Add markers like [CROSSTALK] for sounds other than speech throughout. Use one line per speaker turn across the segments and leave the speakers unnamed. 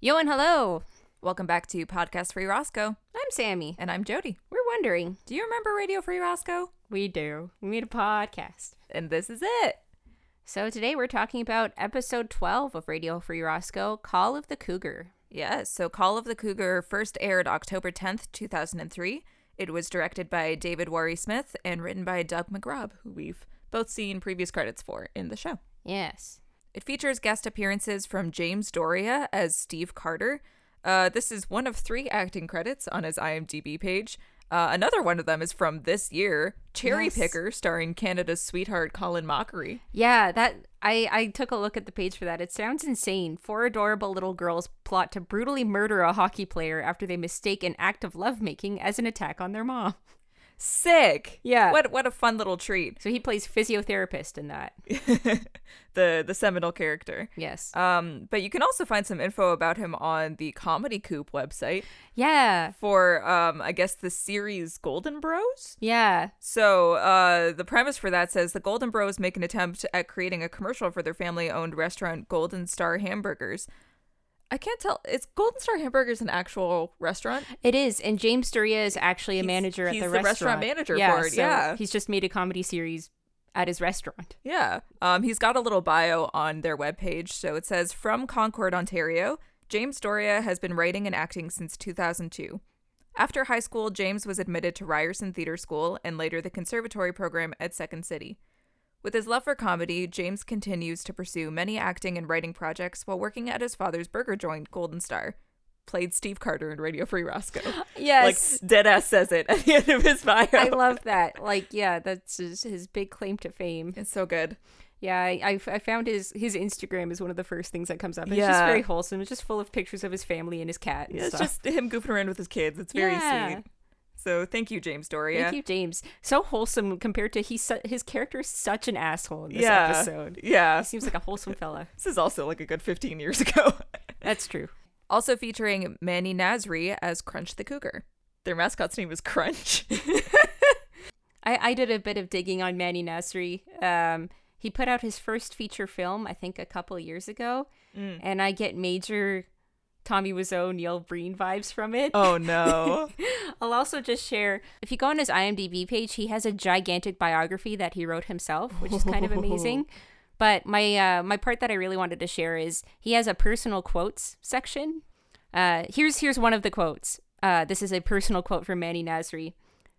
Yo and hello. Welcome back to Podcast Free Roscoe,
I'm Sammy.
and I'm Jody.
We're wondering.
Do you remember Radio Free Roscoe?
We do. We need a podcast.
And this is it.
So today we're talking about episode 12 of Radio Free Roscoe, Call of the Cougar.
Yes, so Call of the Cougar first aired October 10th, 2003. It was directed by David Warry Smith and written by Doug McGraw, who we've both seen previous credits for in the show.
Yes.
It features guest appearances from James Doria as Steve Carter. Uh, this is one of three acting credits on his IMDb page. Uh, another one of them is from this year, Cherry
Yes.
Picker, starring Canada's sweetheart Colin Mockery.
Yeah, that I I took a look at the page for that. It sounds insane. Four adorable little girls plot to brutally murder a hockey player after they mistake an act of lovemaking as an attack on their mom.
Sick.
Yeah.
What what a fun
[LAUGHS]
little treat.
So he plays physiotherapist in that.
the the seminal character.
Yes.
Um, but you can also find some info about him on the Comedy Coop website
Yeah.
for um, I guess the series Golden Bros.
Yeah.
So uh, the premise for that says the Golden Bros make an attempt at creating a commercial for their family-owned restaurant, Golden Star Hamburgers. I can't tell. It's Golden Star Hamburgers an actual restaurant?
It is, and James Doria is actually a
He's-
manager at
he's
the,
the
restaurant.
restaurant manager for it, yeah.
he's just made a comedy series at his restaurant.
Yeah. Um, he's got a little bio on their webpage. So it says From Concord, Ontario, James Doria has been writing and acting since 2002. After high school, James was admitted to Ryerson Theatre School and later the conservatory program at Second City. With his love for comedy, James continues to pursue many acting and writing projects while working at his father's burger joint, Golden Star. Played Steve Carter in Radio Free Roscoe.
Yes,
Like, deadass says it at the end of his bio.
[LAUGHS] I love that. Like, yeah, that's his, his big claim to fame.
[LAUGHS] It's so good.
Yeah, I, I f- I found his his Instagram is one of the first things that comes up. It's just
Yeah.
very wholesome. It's just full of pictures of his family and his cat and
Yeah, it's
stuff.
just him goofing around with his kids. It's very
Yeah.
sweet. So thank you, James Doria.
Thank you, James. So wholesome compared to he's su- his character is such an asshole in this
yeah.
episode.
Yeah.
He seems like a wholesome fella.
This is also like a good 15 years [LAUGHS] ago.
That's true.
also featuring Manny Nasri as Crunch the Cougar. Their mascot's name is [LAUGHS] Crunch.
I, I did a bit of digging on Manny Nasri. Um, he put out his first feature film, I think, a couple years ago, and I get major Tommy Wiseau, Neil Breen vibes from it.
oh [LAUGHS] no.
I'll also just share if you go on his IMDb page, he has a gigantic biography that he wrote himself, which is kind of amazing. But my uh, my part that I really wanted to share is he has a personal quotes section. Uh, here's here's one of the quotes. Uh, this is a personal quote from Manny Nasri.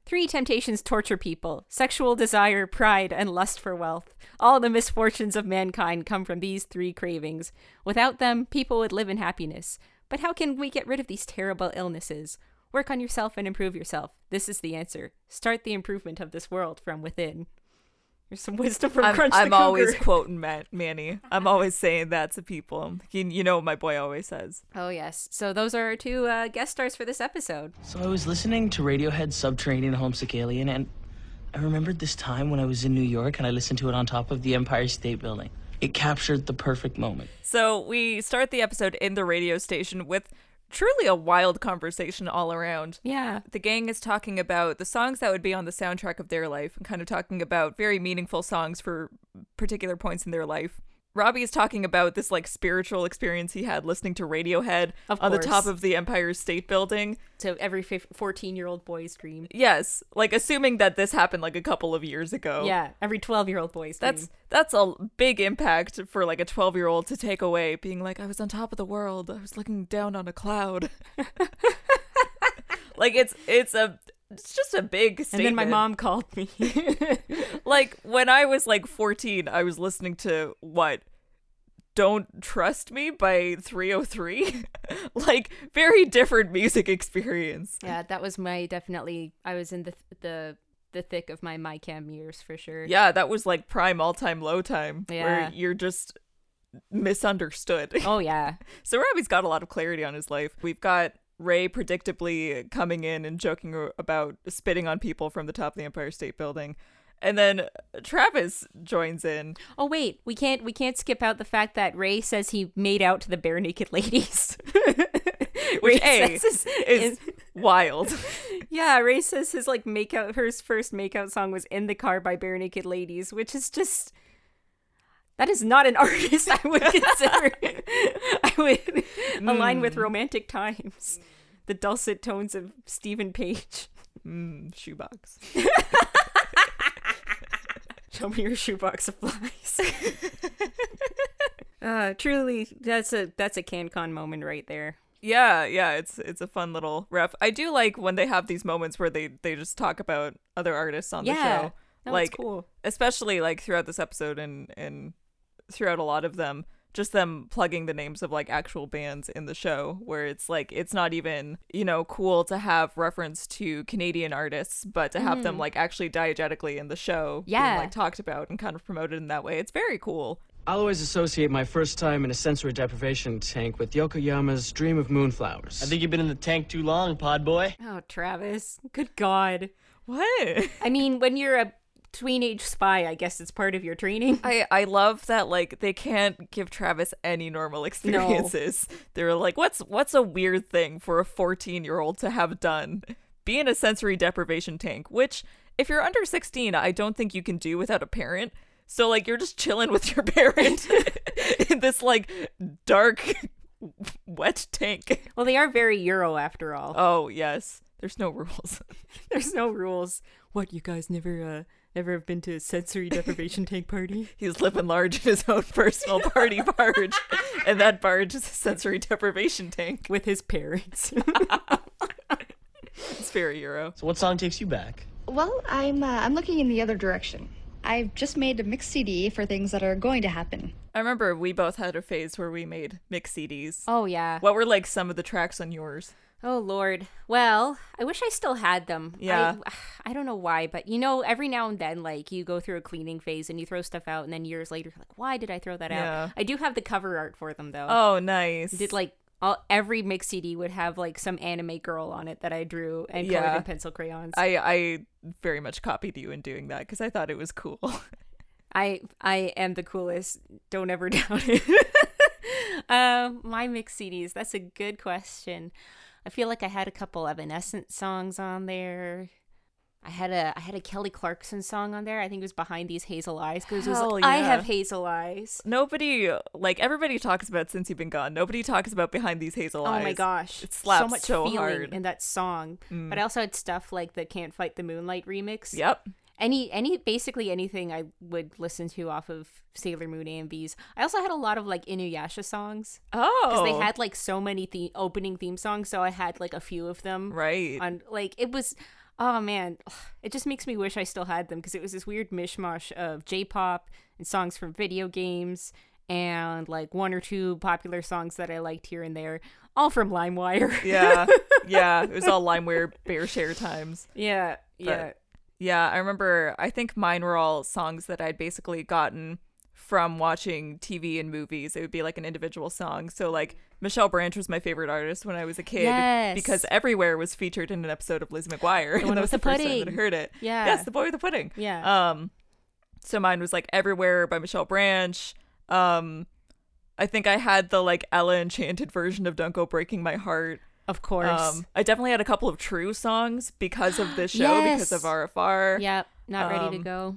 Three temptations torture people sexual desire, pride, and lust for wealth. All the misfortunes of mankind come from these three cravings. Without them, people would live in happiness. But how can we get rid of these terrible illnesses? Work on yourself and improve yourself. This is the answer. Start the improvement of this world from within. There's some wisdom from
I'm,
Crunch
I'm
the
always
Cougar.
quoting Man- Manny. I'm always saying that to people. He, you know what my boy always says.
[LAUGHS] Oh yes. So those are our two uh, guest stars for this episode.
So I was listening to Radiohead's Subterranean Homesick Alien, and I remembered this time when I was in New York and I listened to it on top of the Empire State Building. It captured the perfect moment.
So we start the episode in the radio station with truly a wild conversation all around.
Yeah.
the gang is talking about the songs that would be on the soundtrack of their life and kind of talking about very meaningful songs for particular points in their life. Robbie is talking about this like spiritual experience he had listening to Radiohead
Of
on the top
course.
of the Empire State Building.
So every fourteen-year-old boy's dream.
Yes, like assuming that this happened like a couple of years ago.
Yeah. Every twelve-year-old boy's dream.
That's that's a big impact for like a 12-year-old to take away being like I was on top of the world. I was looking down on a cloud. [LAUGHS] like it's it's a it's just a big
and then
statement.
my mom called me.
like when I was like 14, I was listening to what? Don't Trust Me by 303. [LAUGHS] like very different music experience.
[LAUGHS] yeah, that was my definitely. I was in the the the thick of my my cam years for sure.
Yeah, that was like prime all time low time
Yeah.
where you're just misunderstood. [LAUGHS]
Oh yeah.
so Robbie's got a lot of clarity on his life. We've got Ray predictably coming in and joking a- about spitting on people from the top of the Empire State Building. And then Travis joins in.
Oh wait, we can't we can't skip out the fact that Ray says he made out to the bare naked ladies. [LAUGHS]
Which
Ray
A
says [LAUGHS]
is
is-
wild. [LAUGHS]
yeah, Ray says his like makeout her first makeout song was "In the Car" by Bare Naked Ladies, which is just That is not an [LAUGHS] artist I would consider. I would align with romantic times. The dulcet tones of Stephen Page. [LAUGHS]
Mm, shoebox.
Show me your shoebox of [LAUGHS] flies. uh, truly, that's a that's a CanCon moment right there.
Yeah, yeah, it's it's a fun little ref. I do like when they have these moments where they they just talk about other artists on
Yeah,
the show.
That
like
was cool.
especially like throughout this episode and and throughout a lot of them just them plugging the names of like actual bands in the show where it's like it's not even you know cool to have reference to canadian artists but to have them like actually diegetically in the show
Mm-hmm. Yeah.
being like talked about and kind of promoted in that way it's very cool
I'll always associate my first time in a sensory deprivation tank with Yokoyama's Dream of Moonflowers.
I think you've been in the tank too long, pod boy.
Oh, Travis. Good God.
what
I mean, when you're a teenage spy, I guess it's part of your training.
I, I love that like they can't give Travis any normal experiences. [LAUGHS] They were like, what's what's a weird thing for a 14 year old to have done? Be in a sensory deprivation tank, which if you're under 16, I don't think you can do without a parent. So like you're just chilling with your [LAUGHS] parent in this like dark [LAUGHS] wet tank.
Well, they are very Euro after all. [LAUGHS]
Oh yes. There's no rules. [LAUGHS]
There's no rules. What you guys never uh never have been to a [LAUGHS] sensory deprivation tank party?
He's living large in his own personal party barge. And that barge is a sensory deprivation tank.
With his parents. [LAUGHS]
It's very Euro.
So what song takes you back?
Well, I'm uh, I'm looking in the other direction. I've just made a mix CD for things that are going to happen.
I remember we both had a phase where we made mix CDs.
oh yeah.
What were like some of the tracks on yours?
Oh lord. Well, I wish I still had them.
Yeah.
[SIGHS] I, I don't know why, but you know, every now and then, like you go through a cleaning phase and you throw stuff out, and then years later, you're like, why did I throw that out?
Yeah.
I do have the cover art for them though.
Oh, nice.
did like all every mix CD would have like some anime girl on it that I drew and colored
Yeah.
in pencil crayons. I,
I I very much copied you in doing that because I thought it was cool. [LAUGHS]
I am the coolest. Don't ever [LAUGHS] doubt it. um, my mix CDs. That's a good question. I feel like I had a couple Evanescent songs on there. I had a I had a Kelly Clarkson song on there. I think it was behind these hazel eyes because it was
Hell
like, I
yeah.
have hazel eyes.
Nobody like everybody talks about since you've been gone. Nobody talks about behind these hazel eyes.
Oh my gosh.
it slaps
so much
so
feeling
hard. Mm.
in that song. But I also had stuff like the Can't Fight the Moonlight remix.
Yep.
any any basically anything I would listen to off of Sailor Moon AMVs. I also had a lot of like Inuyasha songs
Oh,
because they had like so many the- opening theme songs, so I had like a few of them.
right.
On like it was, oh man, it just makes me wish I still had them because it was this weird mishmash of J-pop and songs from video games and like one or two popular songs that I liked here and there, all from LimeWire.
yeah, yeah. It was all LimeWire bear share times.
[LAUGHS] yeah, yeah.
Yeah, I remember. I think mine were all songs that I'd basically gotten from watching TV and movies. It would be like an individual song. So like Michelle Branch was my favorite artist when I was a kid
Yes.
because Everywhere was featured in an episode of Lizzie McGuire, [LAUGHS]
one
and that
with
was
the
the, first time that I
pudding.
heard it.
Yeah.
yes, the boy with the pudding.
Yeah.
Um, so mine was like Everywhere by Michelle Branch. Um, I think I had the like Ella Enchanted version of Dunko breaking my heart.
Of course.
Um, I definitely had a couple of True songs because of this show,
Yes.
because of RFR.
Yep, not ready to
Um,
go.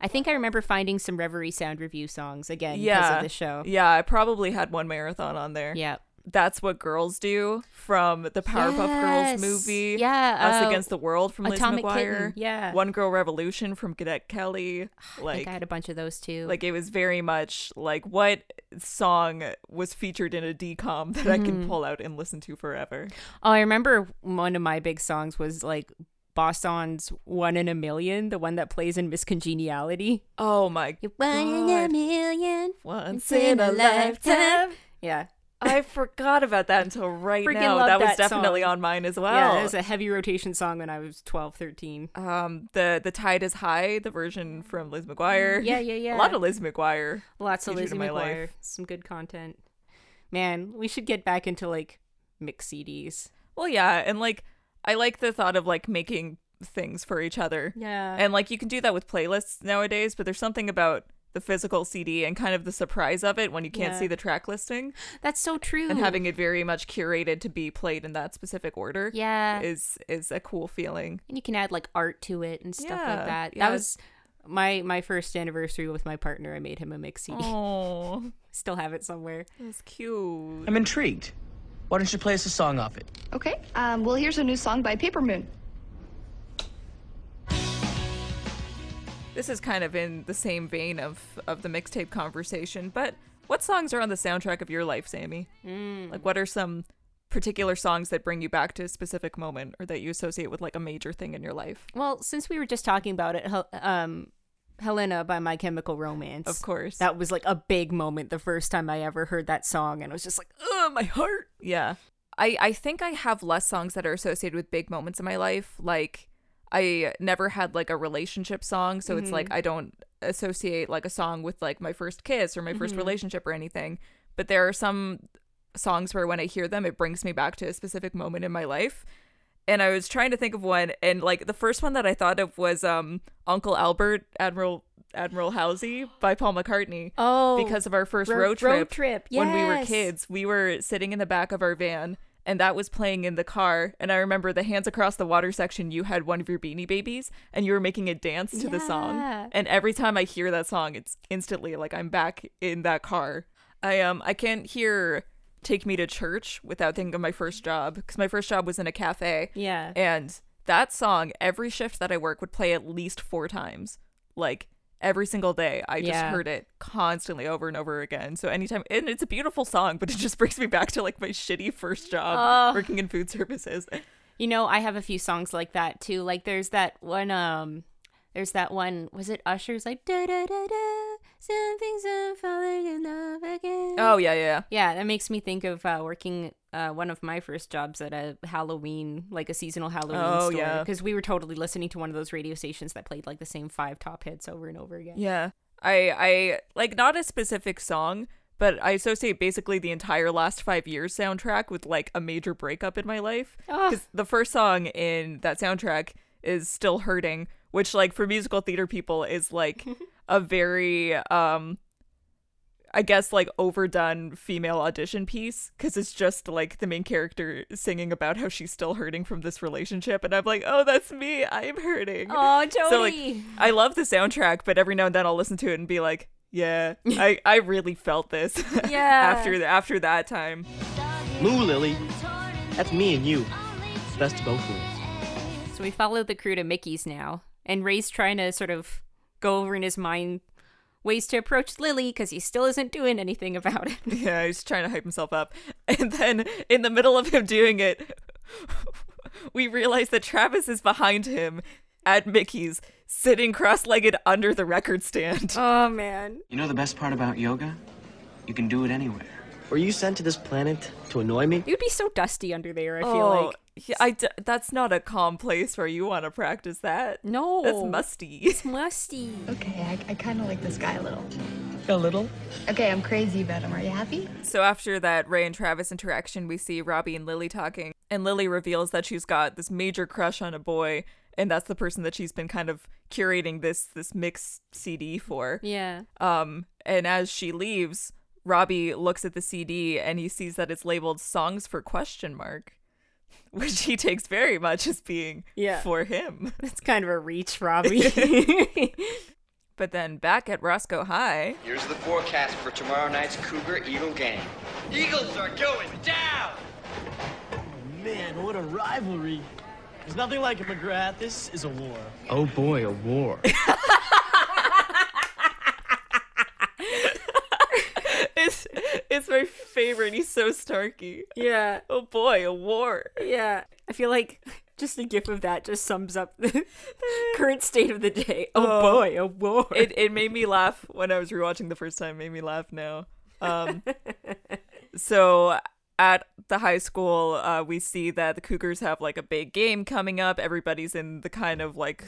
I think I remember finding some Reverie sound review songs again because of the show.
Yeah, I probably had one marathon on there.
Yeah.
That's what girls do from the Powerpuff
Yes.
Girls movie.
Yeah,
Us
oh,
Against the World from Liz
Atomic
McGuire.
Kitten, yeah. Ah,
One Girl Revolution from Cadet Kelly.
I
Like
think I had a bunch of those too.
like it was very much like what song was featured in a decom that I
Mm-hmm.
can pull out and listen to forever.
oh, I remember one of my big songs was like Boston's One in a Million, the one that plays in Miss Congeniality.
Oh my
You're one in a
God.
million.
Once in a lifetime.
Yeah.
I forgot about that until right
Freaking
now.
love
That was
that
definitely
song.
on mine as well.
yeah, it was a heavy rotation song when I was 12, 13.
um the the tide is high the version from liz mcguire
Yeah, yeah, yeah.
[LAUGHS] a lot of liz mcguire
Lots of
Featured
Lizzie
in my
McGuire.
life.
Some good content. Man, we should get back into like mix CDs.
well yeah and like i like the thought of like making things for each other
Yeah.
and like you can do that with playlists nowadays but there's something about the physical cd and kind of the surprise of it when you can't
Yeah.
see the track listing
That's so true.
and having it very much curated to be played in that specific order
yeah,
is is a cool feeling
and you can add like art to it and stuff
Yeah,
like that.
yeah.
That was my my first anniversary with my partner, I made him a mix CD.
[LAUGHS] Oh,
[LAUGHS] Still have it somewhere.
that's cute.
I'm intrigued. Why don't you play us a song off it?
Okay, um, well, here's a new song by Paper Moon.
This is kind of in the same vein of of the mixtape conversation, but what songs are on the soundtrack of your life, Sammy? Like, what are some particular songs that bring you back to a specific moment or that you associate with like a major thing in your life?
Well, since we were just talking about it, Hel- um, Helena by My Chemical Romance.
Of course.
That was like a big moment the first time I ever heard that song, and I was just like, oh, my heart.
Yeah. I, I think I have less songs that are associated with big moments in my life. Like I never had like a relationship song, so it's
Mm-hmm.
like I don't associate like a song with like my first kiss or my 1st
Mm-hmm.
relationship or anything. But there are some songs where when I hear them it brings me back to a specific moment in my life. And I was trying to think of one and like the first one that I thought of was um Uncle Albert, Admiral Admiral Housey by Paul McCartney
Oh,
because of our first
Ro-
road trip,
road trip,
when we were
yes.
kids we were sitting in the back of our van and that was playing in the car and i remember the hands across the water section you had one of your beanie babies and you were making a dance to the
Yeah.
song and every time i hear that song it's instantly like i'm back in that car i um i can't hear take me to church without thinking of my first job because my first job was in a cafe
Yeah.
and that song, every shift that I work would play at least four times. Like every single day, I just
Yeah.
heard it constantly over and over again. So anytime, and it's a beautiful song, but it just [LAUGHS] brings me back to like my shitty first job working in food services.
You know, I have a few songs like that too. Like there's that one um there's that one was it Usher's like da da da da something's I'm falling in love again.
Oh yeah, yeah, yeah.
Yeah, that makes me think of uh, working uh, one of my first jobs at a Halloween, like a seasonal Halloween
Oh,
store.
yeah.
Because we were totally listening to one of those radio stations that played like the same five top hits over and over again.
Yeah. I I like not a specific song, but I associate basically the entire last 5 years soundtrack with like a major breakup in my life
Ah.
cuz the first song in that soundtrack is Still Hurting, which like for musical theater people is like a very um I guess like overdone female audition piece cuz it's just like the main character singing about how she's still hurting from this relationship and I'm like, "Oh, that's me. I'm hurting."
Oh,
So like,
Jody.
I love the soundtrack, but every now and then I'll listen to it and be like, "Yeah,
[LAUGHS]
I, I really felt this." [LAUGHS]
Yeah.
after after that time,
Moo Lily, that's me and you. Best of both worlds.
So we follow the crew to Mickey's now, and Ray's trying to sort of go over in his mind ways to approach Lily because he still isn't doing anything about it. [LAUGHS]
yeah, he's trying to hype himself up, [LAUGHS] and then in the middle of him doing it, [LAUGHS] we realize that Travis is behind him at Mickey's, sitting cross-legged under the record stand.
oh man.
You know the best part about yoga? You can do it anywhere.
Were you sent to this planet to annoy me?
You'd be so dusty under there, I feel
Oh,
like.
yeah, I d- that's not a calm place where you want to practice that.
No.
that's musty. [LAUGHS]
musty.
Okay, I, I kind of like this guy a little.
A little.
Okay, I'm crazy about him. Are you happy?
So after that Ray and Travis interaction, we see Robbie and Lily talking, and Lily reveals that she's got this major crush on a boy, and that's the person that she's been kind of curating this this mix CD for.
Yeah.
Um, and as she leaves, Robbie looks at the CD and he sees that it's labeled "Songs for Question Mark," [LAUGHS] which he takes very much as being
Yeah.
for him. [LAUGHS]
That's kind of a reach, Robbie.
But then back at Roscoe High, [LAUGHS]
Here's the forecast for tomorrow night's Cougar Eagle game. Eagles are going down!
Man, what a rivalry. There's nothing like it, McGrath. This is a war.
Oh boy, a war.
it's it's my favorite. He's so snarky.
[LAUGHS] yeah.
Oh boy, a war.
Yeah. I feel like just a gif of that just sums up [LAUGHS] the current state of the day. Oh, boy, oh boy.
it, it made me laugh when I was rewatching the first time. Made me laugh now.
[LAUGHS]
Um, so at the high school, uh, we see that the Cougars have like a big game coming up. Everybody's in the kind of like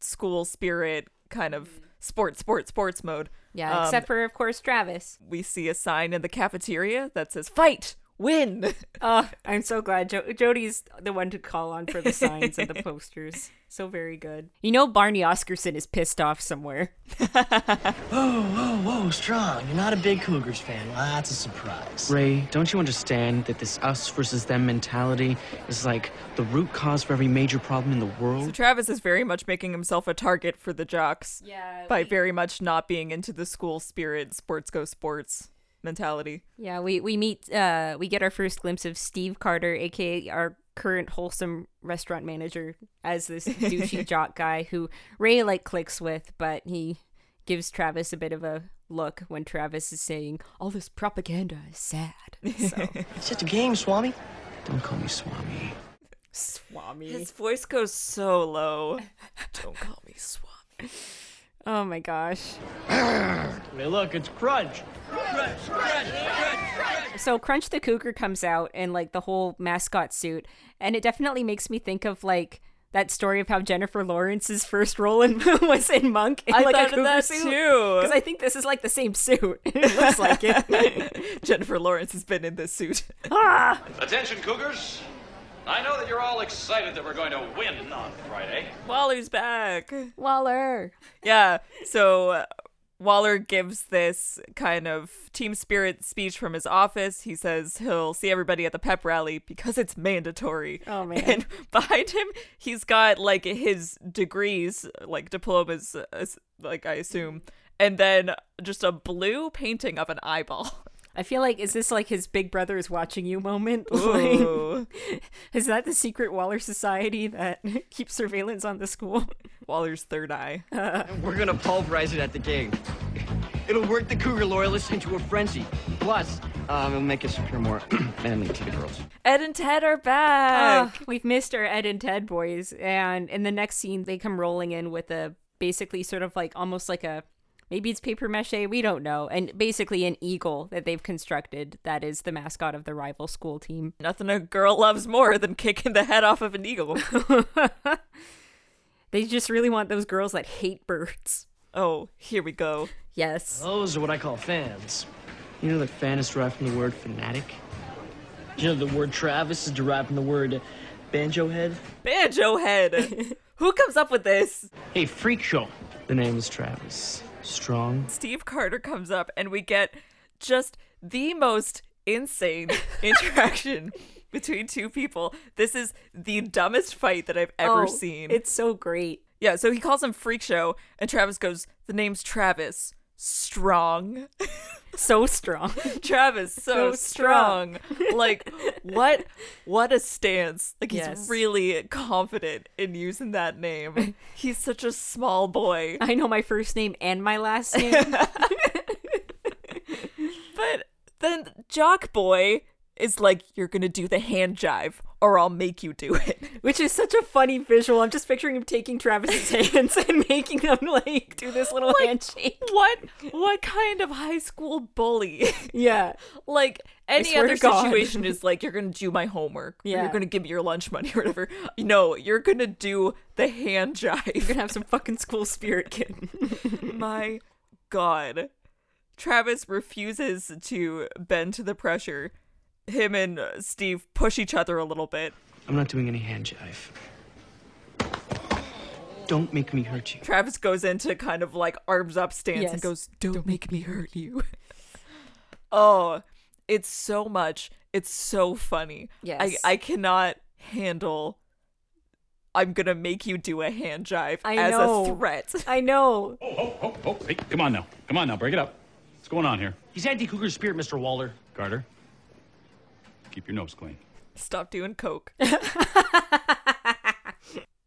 school spirit, kind of sports, sports, sports mode.
Mm-hmm. yeah,
Um,
except for of course Travis.
we see a sign in the cafeteria that says "Fight, win." [LAUGHS]
[LAUGHS] Oh, I'm so glad jo- Jody's the one to call on for the signs and the posters. So very good. You know Barney Oscarson is pissed off somewhere.
[LAUGHS] Whoa, whoa, whoa, strong. You're not a big Cougars fan. Well, that's a surprise.
Ray, don't you understand that this us versus them mentality is like the root cause for every major problem in the
So
world?
Travis is very much making himself a target for the jocks
Yeah.
by very much not being into the school spirit, sports go sports mentality.
Yeah, we we meet uh we get our first glimpse of Steve Carter, aka our current wholesome restaurant manager, as this
[LAUGHS]
douchey jock guy who Ray like clicks with, but he gives Travis a bit of a look when Travis is saying, All this propaganda is sad.
[LAUGHS]
So
It's just a game, Swami.
Don't call me Swami.
Swami.
His voice goes so low. Don't call me Swami.
Oh my gosh.
Hey, look, it's Crunch.
So Crunch the Cougar comes out in like the whole mascot suit, and it definitely makes me think of like that story of how Jennifer Lawrence's first role in [LAUGHS] was in Monk in
I
like
thought
a
of
cougar
that
suit.
[LAUGHS] too.
Because I think this is like the same suit. [LAUGHS] it looks like it.
[LAUGHS] Jennifer Lawrence has been in this suit. [LAUGHS]
ah!
Attention, Cougars. I know that you're all excited that we're going to win on Friday.
Waller's back.
Waller.
Yeah. So uh, Waller gives this kind of team spirit speech from his office. He says he'll see everybody at the pep rally because it's mandatory.
Oh, man.
And [LAUGHS] behind him, he's got like his degrees, like diplomas, uh, as- like I assume, and then just a blue painting of an eyeball. [LAUGHS]
I feel like is this like his big brother is watching you moment? [LAUGHS]
Ooh.
Like, is that the secret Waller society that [LAUGHS] keeps surveillance on the school?
Waller's third eye.
We're gonna pulverize it at the game. It'll work the Cougar loyalists into a frenzy. Plus, um, it'll make us appear more [CLEARS THROAT] manly to the girls.
Ed and Ted are back.
Ah, we've missed our Ed and Ted boys. And in the next scene, they come rolling in with a basically sort of like almost like a maybe it's paper mache, we don't know. And basically an eagle that they've constructed that is the mascot of the rival school team.
Nothing a girl loves more than kicking the head off of an eagle.
They just really want those girls that hate birds.
oh, here we go.
Yes.
Those are what I call fans.
You know that fan is derived from the word fanatic?
You know, the word Travis is derived from the word banjo head.
Banjo [LAUGHS] head. Who comes up with this?
Hey, freak show. The name is Travis. Strong.
Steve Carter comes up and we get just the most [LAUGHS] insane interaction between two people. This is the dumbest fight that I've ever
Oh,
seen.
It's so great.
yeah, so he calls him Freak Show and Travis goes, "The name's Travis." Strong.
So strong.
Travis so
So
strong.
strong.
[LAUGHS] like what what a stance. Like he's
Yes.
really confident in using
[LAUGHS]
that name. He's such a small boy.
I know my first name and my last name.
But then Jock Boy is like, you're gonna do the hand jive, or I'll make you do it.
which is [LAUGHS] such a funny visual. I'm just picturing him taking [LAUGHS] Travis's hands and making them like do this little
Like,
handshake.
What what kind of high school bully?
Yeah.
like any
swear
other
to God.
situation is like you're gonna do my homework. or
Yeah.
You're gonna give me your lunch money [LAUGHS] or whatever. No, you're gonna do the hand jive.
Gonna have some fucking school spirit, kid.
[LAUGHS] My God. Travis refuses to bend to the pressure. Him and uh, Steve push each other a little bit.
I'm not doing any hand jive. Don't make me hurt you.
Travis goes into kind of like arms up stance and
Yes.
goes, "Don't, make me hurt you." [LAUGHS] oh, it's so much. It's so funny.
Yes.
I I cannot handle. I'm gonna make you do a hand jive
I
as a
know.
threat. [LAUGHS]
I know.
Oh, oh, oh, oh. Hey, come on now. Come on now. Break it up. What's going on here?
He's anti-Cougar spirit, Mr. Waller.
Carter, keep your nose clean.
Stop doing coke.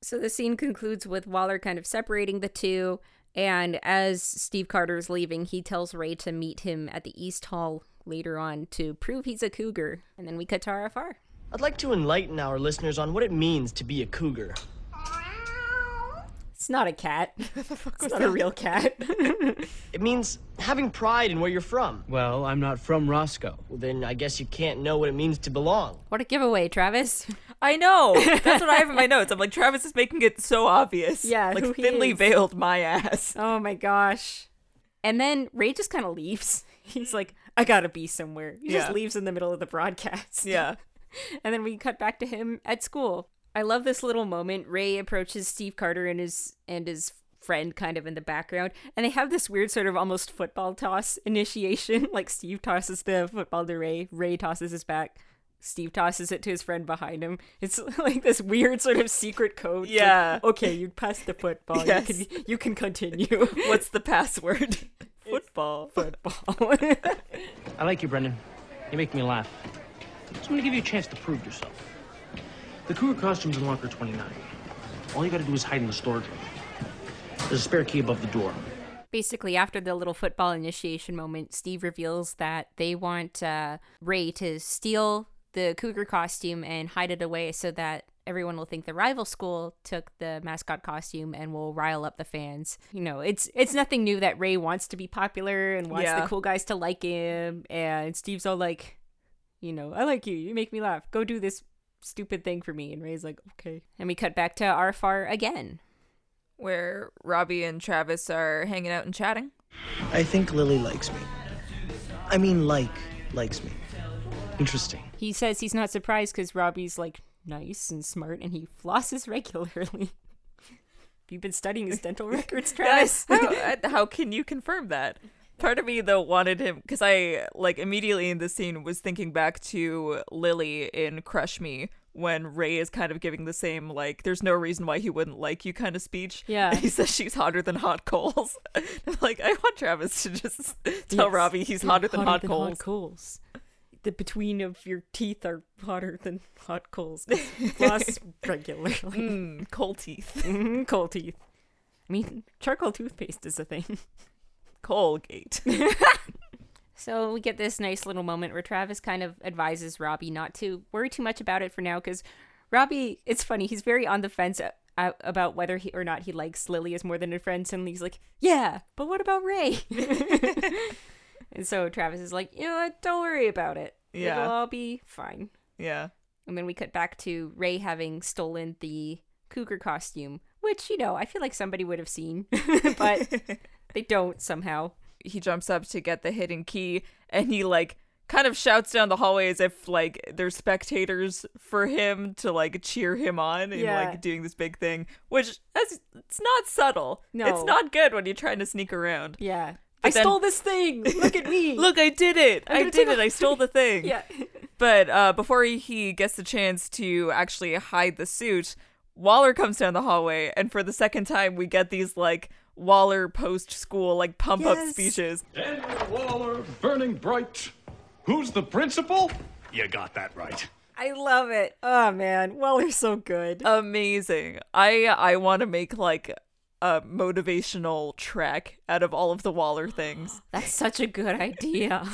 So the scene concludes with Waller kind of separating the two. And as Steve Carter's leaving, he tells Ray to meet him at the East Hall later on to prove he's a cougar. And then we cut to RFR.
I'd like to enlighten our listeners on what it means to be a Cougar.
It's not a cat. [LAUGHS] it's not a real cat.
It means having pride in where you're from.
Well, I'm not from Roscoe.
Well, then I guess you can't know what it means to belong.
what a giveaway, Travis.
I know. That's what I have in my notes. I'm like, Travis is making it so [LAUGHS] obvious.
Yeah,
like
who he
thinly
is.
veiled my ass.
Oh my gosh. And then Ray just kind of leaves. [LAUGHS] He's like, I gotta be somewhere. He
Mm-hmm. Yeah. [LAUGHS]
just leaves in the middle of the broadcast.
[LAUGHS] Yeah.
And then we cut back to him at school. I love this little moment. Ray approaches Steve Carter and his and his friend kind of in the background, and they have this weird sort of almost football toss [LAUGHS] initiation. like Steve tosses the football to Ray, Ray tosses his back. Steve tosses it to his friend behind him. It's [LAUGHS] like this weird sort of secret code. It's like,
Yeah.
okay, you passed the football.
Yes.
You can you can
[LAUGHS]
continue.
What's the password? Football.
football? [LAUGHS]
I like you, Brendan. You make me laugh. So I'm gonna give you a chance to prove yourself. The cougar costume's in locker 29. All you gotta do is hide in the storage room. There's a spare key above the door.
basically after the little football initiation moment steve reveals that they want uh, ray to steal the cougar costume and hide it away so that everyone will think the rival school took the mascot costume and will rile up the fans you know it's it's nothing new that ray wants to be popular and wants
Yeah.
the cool guys to like him and steve's all like you know i like you you make me laugh go do this stupid thing for me and ray's like okay and we cut back to arfar again
Where Robbie and Travis are hanging out and chatting.
I think Lily likes me. I mean, like, likes me.
Interesting.
He says he's not surprised because Robbie's like nice and smart and he [LAUGHS] flosses regularly. You've been studying [LAUGHS] his
[LAUGHS]
dental records, Travis.
How, uh, how can you confirm that? Part of me though wanted him because I like immediately in this scene was thinking back to Lily in Crush Me when Ray is kind of giving the same like there's no reason why he wouldn't like you kind of speech.
Yeah.
And he says she's hotter than hot coals. [LAUGHS] I'm like I want Travis to just tell
Yes.
Robbie he's
You're
hotter, than hot coals.
coals. The between of your teeth are hotter than hot
[LAUGHS]
coals. 'cause you Floss regularly. [LAUGHS]
Mm, coal teeth.
Mhm, Coal teeth. I mean, charcoal toothpaste is a thing.
Colgate. [LAUGHS]
So we get this nice little moment where Travis kind of advises Robbie not to worry too much about it for now because Robbie, it's funny, he's very on the fence a- a- about whether he or not he likes Lily as more than a friend. Suddenly he's like, yeah, but what about Ray? [LAUGHS] and so Travis is like, you know what, don't worry about it.
Yeah.
It'll all be fine.
yeah.
And then we cut back to Ray having stolen the cougar costume, which, you know, I feel like somebody would have seen, [LAUGHS] but [LAUGHS] they don't somehow.
he jumps up to get the hidden key and he like kind of shouts down the hallway as if like there's spectators for him to like cheer him on and
Yeah.
like doing this big thing which that's it's not subtle it's
No.
not good when you're trying to sneak around
Yeah.
But
I
then-
stole this thing. Look at me.
[LAUGHS] look i did it i
gonna
did
take
it i
[LAUGHS]
stole the thing
Yeah.
but uh before he- he gets the chance to actually hide the suit waller comes down the hallway and for the second time we get these like waller post school like pump up
Yes.
speeches
Daniel Waller, burning bright. Who's the principal? You got that right.
I love it. Oh man, Weller's so good.
Oh. amazing. I I want to make like a motivational track out of all of the
[GASPS]
Waller things.
That's such a good [LAUGHS] idea.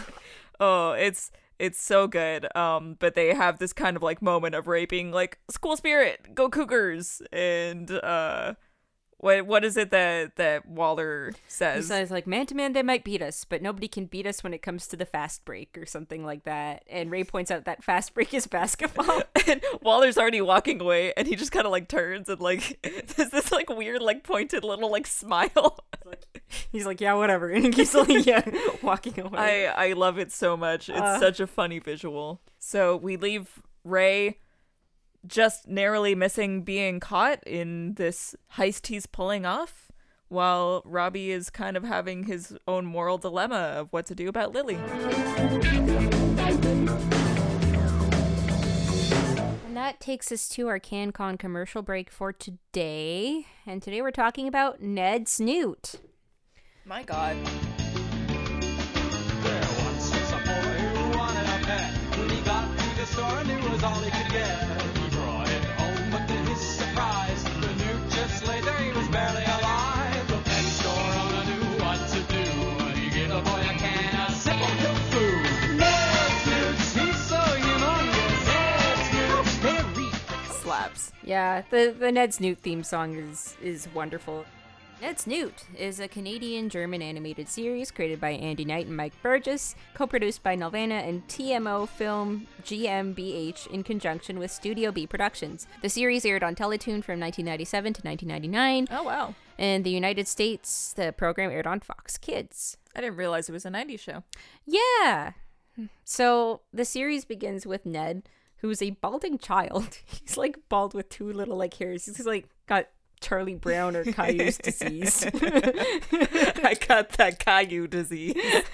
Oh, it's it's so good. Um, but they have this kind of like moment of Ray being like school spirit, go Cougars, and uh, what what is it that that Waller
He
says?
says like man to man they might beat us, but nobody can beat us when it comes to the fast break or something like that. And Ray points out that fast break is [LAUGHS] basketball.
[LAUGHS] and Waller's already walking away, and he just kind of like turns and like [LAUGHS] does this like weird like pointed little like smile.
He's like, yeah, whatever. [LAUGHS] And he's like, yeah, walking away.
I I love it so much. It's such a funny visual. So we leave Ray just narrowly missing being caught in this heist he's pulling off while Robbie is kind of having his own moral dilemma of what to do about Lily.
And that takes us to our CanCon commercial break for today. And today we're talking about Ned Snoot.
My god.
There once was a boy who wanted a pet. When he got to the store and it was all he could get. He brought it home, but to his surprise, the newt just lay there, he was barely alive. The pet store owner knew what to do. He gave the boy a can of simple food. Ned's Newts, he's so humongous. Ned's Newts, they're real.
Slaps.
Yeah, the, the Ned Snoot theme song is is wonderful. Ned Snoot is a Canadian German animated series created by Andy Knight and Mike Burgess, co produced by Nelvana and TMO Film GmbH in conjunction with Studio B Productions. The series aired on Teletoon from 1997 to 1999.
Oh wow.
In the United States, the program aired on Fox Kids.
I didn't realize it was a 90s show.
Yeah. So the series begins with Ned, who's a balding child. [LAUGHS] He's like bald with two little like hairs. He's like got Charlie Brown or
[LAUGHS]
Caillou's disease.
I got that Caillou disease.
[LAUGHS]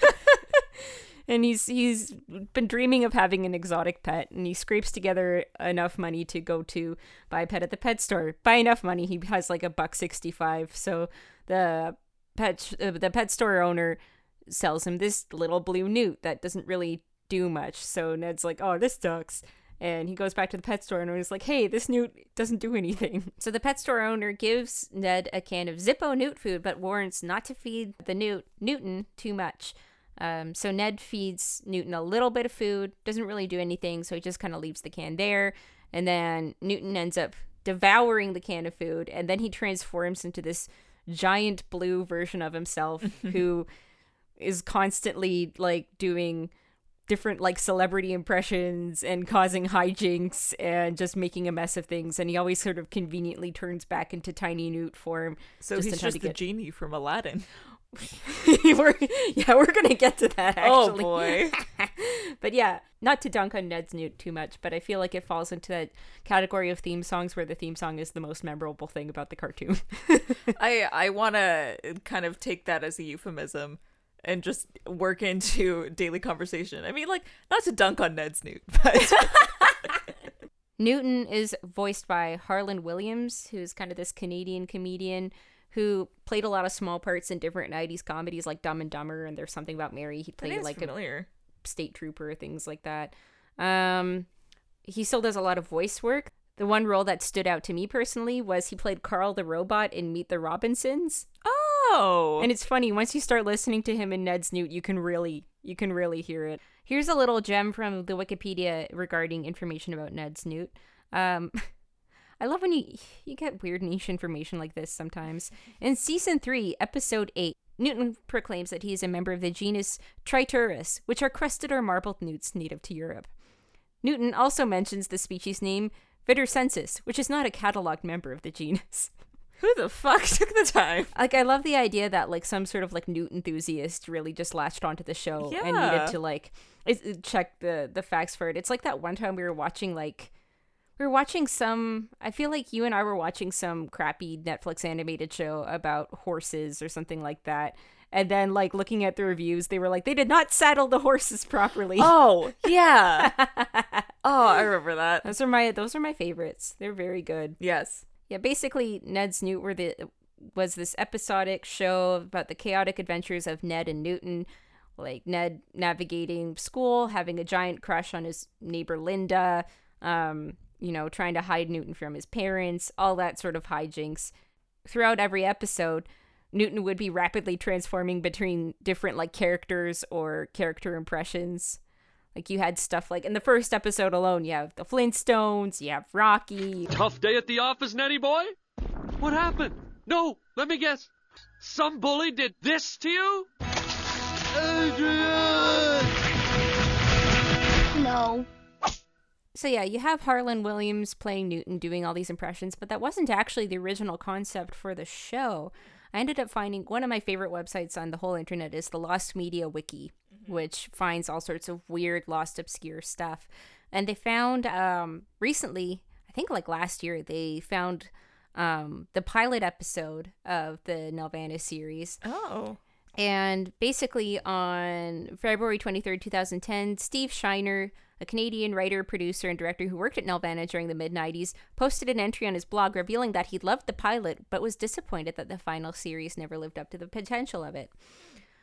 and he's he's been dreaming of having an exotic pet and he scrapes together enough money to go to buy a pet at the pet store buy enough money he has like a buck 65 so the pet sh- uh, the pet store owner sells him this little blue newt that doesn't really do much so Ned's like oh this sucks and he goes back to the pet store and he's like, hey, this newt doesn't do anything. [LAUGHS] So the pet store owner gives Ned a can of Zippo newt food, but warns not to feed the newt, Newton, too much. Um, so Ned feeds Newton a little bit of food, doesn't really do anything, so he just kind of leaves the can there. And then Newton ends up devouring the can of food, and then he transforms into this giant blue version of himself who is constantly like doing different like celebrity impressions and causing hijinks and just making a mess of things and he always sort of conveniently turns back into tiny newt form [LAUGHS]
So
just in
he's
time
just
to
the
get-
genie from Aladdin.
we're, yeah, we're gonna get to that. Actually.
Oh boy.
but yeah, not to dunk on Ned's Newt too much, but I feel like it falls into that category of theme songs where the theme song is the most memorable thing about the cartoon. [LAUGHS]
I I want to kind of take that as a euphemism and just work into [LAUGHS] daily conversation. I mean, like not to dunk on Ned's Newt, [LAUGHS]
[LAUGHS]
but
Newton is voiced by Harlan Williams, who's kind of this Canadian comedian who played a lot of small parts in different 90s comedies like Dumb and Dumber and There's Something About Mary. He
that
played
is
like a
familiar.
state trooper, things like that. Um, he still does a lot of voice work. The one role that stood out to me personally was he played Carl the robot in Meet the Robinsons.
Oh,
And it's funny once you start listening to him in Ned's Newt, you can really you can really hear it. Here's a little gem from the Wikipedia regarding information about Ned's Newt. Um, [LAUGHS] I love when you you get weird niche information like this sometimes. In season three, episode eight, Newton proclaims that he is a member of the genus Triturus, which are crested or marbled newts native to Europe. Newton also mentions the species name Vitersensis, which is not a cataloged member of the genus
who the fuck [LAUGHS] took the time?
like I love the idea that like some sort of like newt enthusiast really just latched onto the show and
Yeah.
needed to like is- is- check the the facts for it. It's like that one time we were watching like we were watching some I feel like you and I were watching some crappy Netflix animated show about horses or something like that. And then like looking at the reviews, they were like they did not saddle the horses [LAUGHS] properly.
Oh
[LAUGHS]
yeah. oh, I remember that.
Those are my those are my favorites. They're very good.
Yes.
yeah basically ned's newt were the was this episodic show about the chaotic adventures of ned and newton like ned navigating school having a giant crush on his neighbor linda um you know trying to hide newton from his parents all that sort of hijinks throughout every episode newton would be rapidly transforming between different like characters or character impressions like you had stuff like in the first episode alone you have the flintstones you have rocky
Tough day at the office, Nettie boy? What happened? No, let me guess. Some bully did this to you? Adrian!
No.
so yeah, you have Harlan Williams playing Newton doing all these impressions, but that wasn't actually the original concept for the show. I ended up finding one of my favorite websites on the whole internet is the Lost Media Wiki, which finds all sorts of weird, lost, obscure stuff. And they found um, recently, I think like last year, they found um, the pilot episode of the Nelvana series.
Oh.
And basically, on February 23rd, 2010, Steve Shiner, a Canadian writer, producer, and director who worked at Nelvana during the mid 90s, posted an entry on his blog revealing that he loved the pilot but was disappointed that the final series never lived up to the potential of it.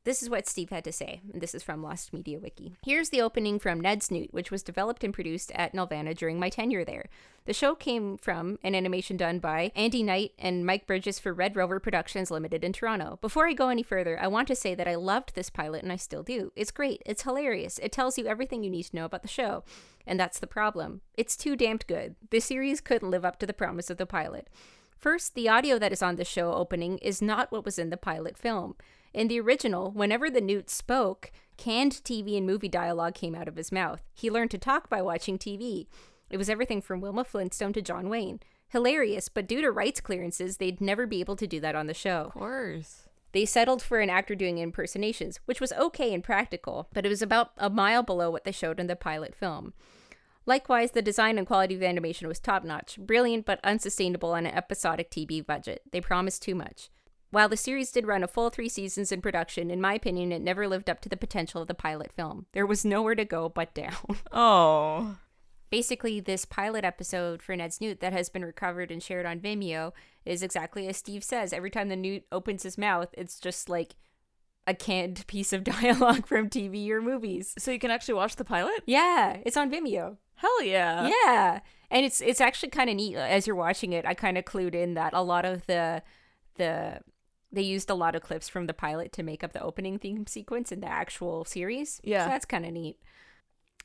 This is what Steve had to say, and this is from Lost Media Wiki. Here's the opening from Ned Snoot, which was developed and produced at Nelvana during my tenure there. The show came from an animation done by Andy Knight and Mike Burgess for Red Rover Productions Limited in Toronto. Before I go any further, I want to say that I loved this pilot and I still do. It's great, it's hilarious, it tells you everything you need to know about the show. And that's the problem. It's too damned good. The series couldn't live up to the promise of the pilot. First, the audio that is on the show opening is not what was in the pilot film. In the original, whenever the newt spoke, canned TV and movie dialogue came out of his mouth. He learned to talk by watching TV. It was everything from Wilma Flintstone to John Wayne. Hilarious, but due to rights clearances, they'd never be able to do that on the show.
Of course.
They settled for an actor doing impersonations, which was okay and practical, but it was about a mile below what they showed in the pilot film. Likewise, the design and quality of animation was top notch, brilliant but unsustainable on an episodic TV budget. They promised too much. While the series did run a full three seasons in production, in my opinion, it never lived up to the potential of the pilot film. There was nowhere to go but down. [LAUGHS]
Oh.
Basically, this pilot episode for Ned's Newt that has been recovered and shared on Vimeo is exactly as Steve says. Every time the Newt opens his mouth, it's just like a canned piece of [LAUGHS] dialogue from TV or movies.
So you can actually watch the pilot?
Yeah, it's on Vimeo.
Hell yeah.
Yeah, and it's it's actually kind of neat. uh, As you're watching it, I kind of clued in that a lot of the the they used a lot of clips from the pilot to make up the opening theme sequence in the actual series.
Yeah.
so that's kind of neat.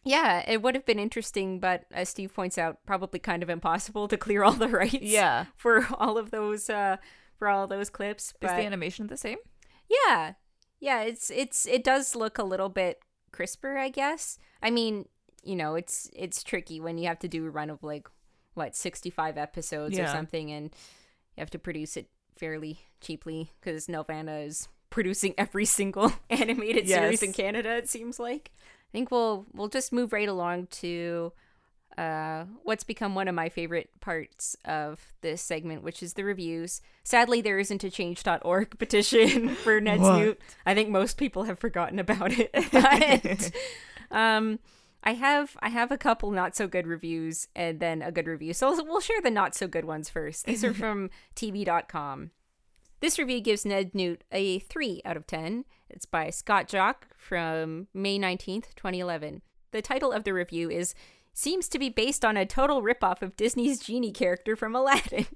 Yeah, it would have been interesting, but as Steve points out, probably kind of impossible to clear all the [LAUGHS] rights.
Yeah.
for all of those uh, for all those clips.
Is
But
the animation the same?
yeah, yeah, it's it's it does look a little bit crisper, I guess. I mean, you know, it's it's tricky when you have to do a run of like what sixty five episodes or
Yeah.
something, and you have to produce it fairly cheaply because Nelvana is producing [LAUGHS] every single animated series
Yes.
in Canada. It seems like. I think we'll we'll just move right along to uh, what's become one of my favorite parts of this segment, which is the reviews. Sadly, there isn't a change.org [LAUGHS] petition for Ned's Newt. I think most people have forgotten about it. [LAUGHS] But, um, I have I have a couple not so good reviews and then a good review. So we'll share the not so good ones first. These are from TV.com. This review gives Ned Newt a 3 out of 10. It's by Scott Jock from May 19th, 2011. The title of the review is Seems to be based on a total ripoff of Disney's genie character from Aladdin.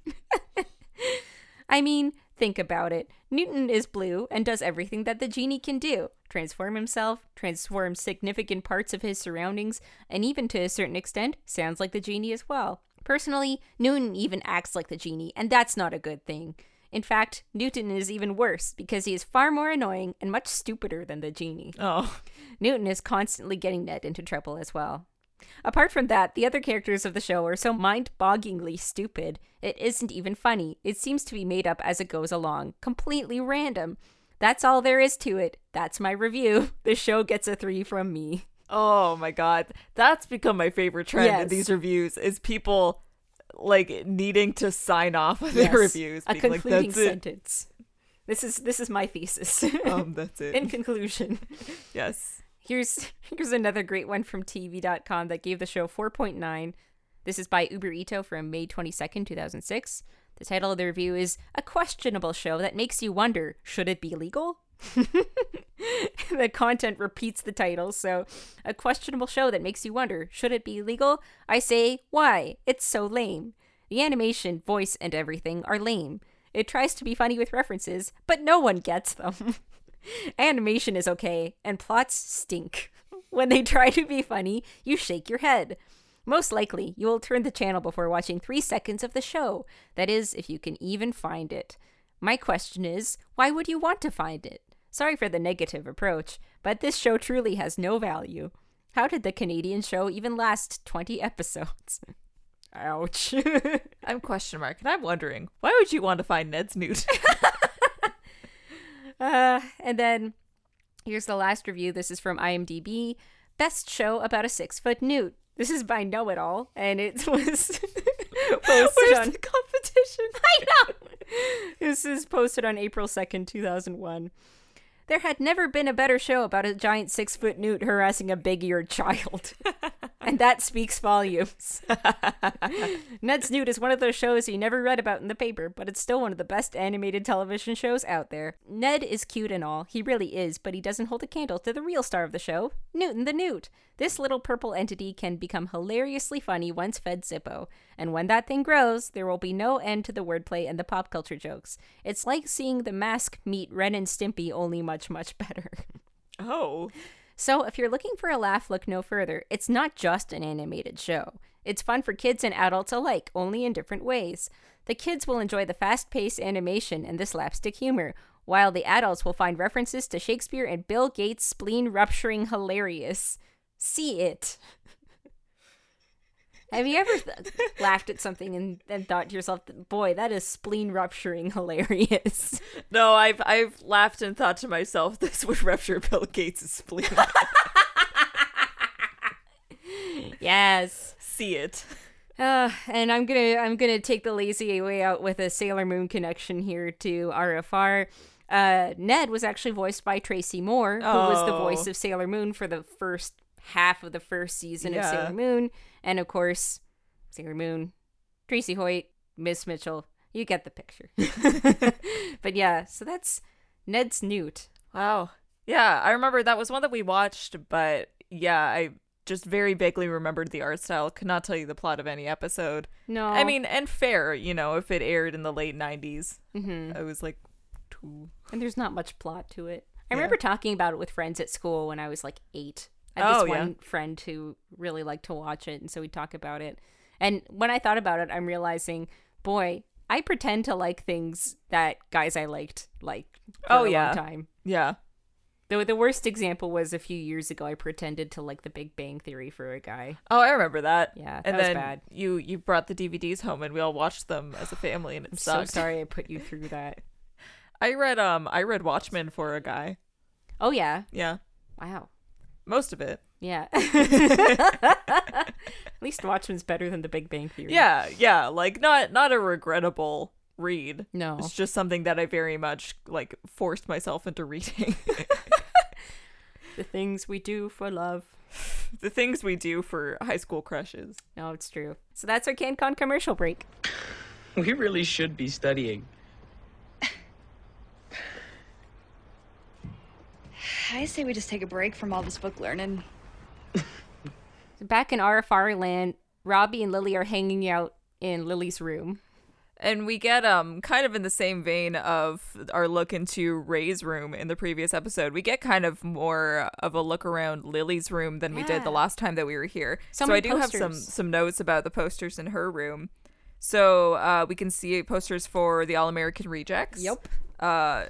I mean, think about it. Newton is blue and does everything that the genie can do transform himself, transform significant parts of his surroundings, and even to a certain extent, sounds like the genie as well. Personally, Newton even acts like the genie, and that's not a good thing. In fact, Newton is even worse because he is far more annoying and much stupider than the genie.
Oh.
Newton is constantly getting Ned into trouble as well. Apart from that, the other characters of the show are so mind bogglingly stupid, it isn't even funny. It seems to be made up as it goes along, completely random. That's all there is to it. That's my review. [LAUGHS] The show gets a three from me.
Oh my god. That's become my favorite trend in
Yes.
these reviews is people like needing to sign off of [LAUGHS] their reviews.
a
being like,
concluding
that's it.
sentence. This is this is my thesis.
[LAUGHS] Um, that's
[LAUGHS]
it.
in conclusion.
yes.
Here's [LAUGHS] here's another great one from TV.com that gave the show 4.9. This is by Uber Ito from May 22nd, 2006. The title of the review is A Questionable Show That Makes You Wonder Should It Be Legal? [LAUGHS] the content repeats the title, so a questionable show that makes you wonder should it be legal? I say, why? It's so lame. The animation, voice, and everything are lame. It tries to be funny with references, but no one gets them. [LAUGHS] Animation is okay, and plots stink. [LAUGHS] When they try to be funny, you shake your head. Most likely, you will turn the channel before watching three seconds of the show. That is, if you can even find it. My question is why would you want to find it? Sorry for the negative approach, but this show truly has no value. How did the Canadian show even last 20 [LAUGHS] episodes? Ouch.
[LAUGHS] I'm question mark and I'm wondering, why would you want to find Ned's nude?
Uh, and then here's the last review. This is from IMDb. Best show about a six foot newt. This is by Know It All, and it [LAUGHS]
[LAUGHS]
was posted
Where's
on
the competition?
[LAUGHS] I know. This is posted on April second, two thousand one. There had never been a better show about a giant six foot newt harassing a big eared child. and that speaks volumes. [LAUGHS] Ned's Newt is one of those shows you never read about in the paper, but it's still one of the best animated television shows out there. Ned is cute and all, he really is, but he doesn't hold a candle to the real star of the show, Newton the Newt. This little purple entity can become hilariously funny once fed Zippo, and when that thing grows, there will be no end to the wordplay and the pop culture jokes. It's like seeing the mask meet Ren and Stimpy, only much, much better. [LAUGHS]
Oh.
So, if you're looking for a laugh, look no further. It's not just an animated show. It's fun for kids and adults alike, only in different ways. The kids will enjoy the fast paced animation and the slapstick humor, while the adults will find references to Shakespeare and Bill Gates' spleen rupturing hilarious. See it. Have you ever th- laughed at something and, and thought to yourself, boy, that is spleen rupturing hilarious?
No, I've I've laughed and thought to myself, this would rupture Bill Gates' spleen.
Yes.
[LAUGHS] See it.
Uh, and I'm gonna I'm gonna take the lazy way out with a Sailor Moon connection here to RFR. Uh, Ned was actually voiced by Tracy Moore, who was the
Oh.
voice of Sailor Moon for the first half of the first season of
Yeah.
Sailor Moon, and of course, Sailor Moon, Tracy Hoyt, Miss Mitchell. You get the
[LAUGHS]
picture. [LAUGHS] but yeah, so that's Ned's Newt.
Wow. Yeah, I remember that was one that we watched, but yeah, I just very vaguely remembered the art style. Could not tell you the plot of any episode.
No,
I mean, and fair, you know, if it aired in the late 90s, I was like two.
and there's not much plot to it. I remember talking about it with friends at school when I was like eight. I had
Oh,
this
yeah.
one friend who really liked to watch it, and so we'd talk about it. And when I thought about it, I'm realizing, boy, I pretend to like things that guys I liked like for
Oh,
a
yeah.
long time.
Yeah.
The, the worst example was a few years ago. I pretended to like The Big Bang Theory for a guy.
Oh, I remember that.
Yeah, that
and
was
then
bad.
you you brought the DVDs home and we all watched them as a family, and it
I'm
sucked.
so sorry I put you through that.
I read um I read Watchmen for a guy.
Oh yeah,
Yeah,
wow,
most of it. [LAUGHS]
yeah. [LAUGHS] at least Watchmen's better than The Big Bang Theory.
Yeah, yeah, like not not a regrettable read.
No.
It's just something that I very much like forced myself
[LAUGHS]
into reading. [LAUGHS]
the things we do for love.
the things we do for high school crushes.
No, it's true. So that's our CanCon commercial break.
We really should be studying.
I say we just take a break from all this book learning.
Back in RFR land, Robbie and Lily are hanging out in Lily's room.
And we get um kind of in the same vein of our look into Ray's room in the previous episode. We get kind of more of a look around Lily's room than we did the
Yeah.
last time that we were here.
So
I
many
do have some
posters.
some notes about the posters in her room. So uh, we can see posters for the All American Rejects.
Yep.
Uh,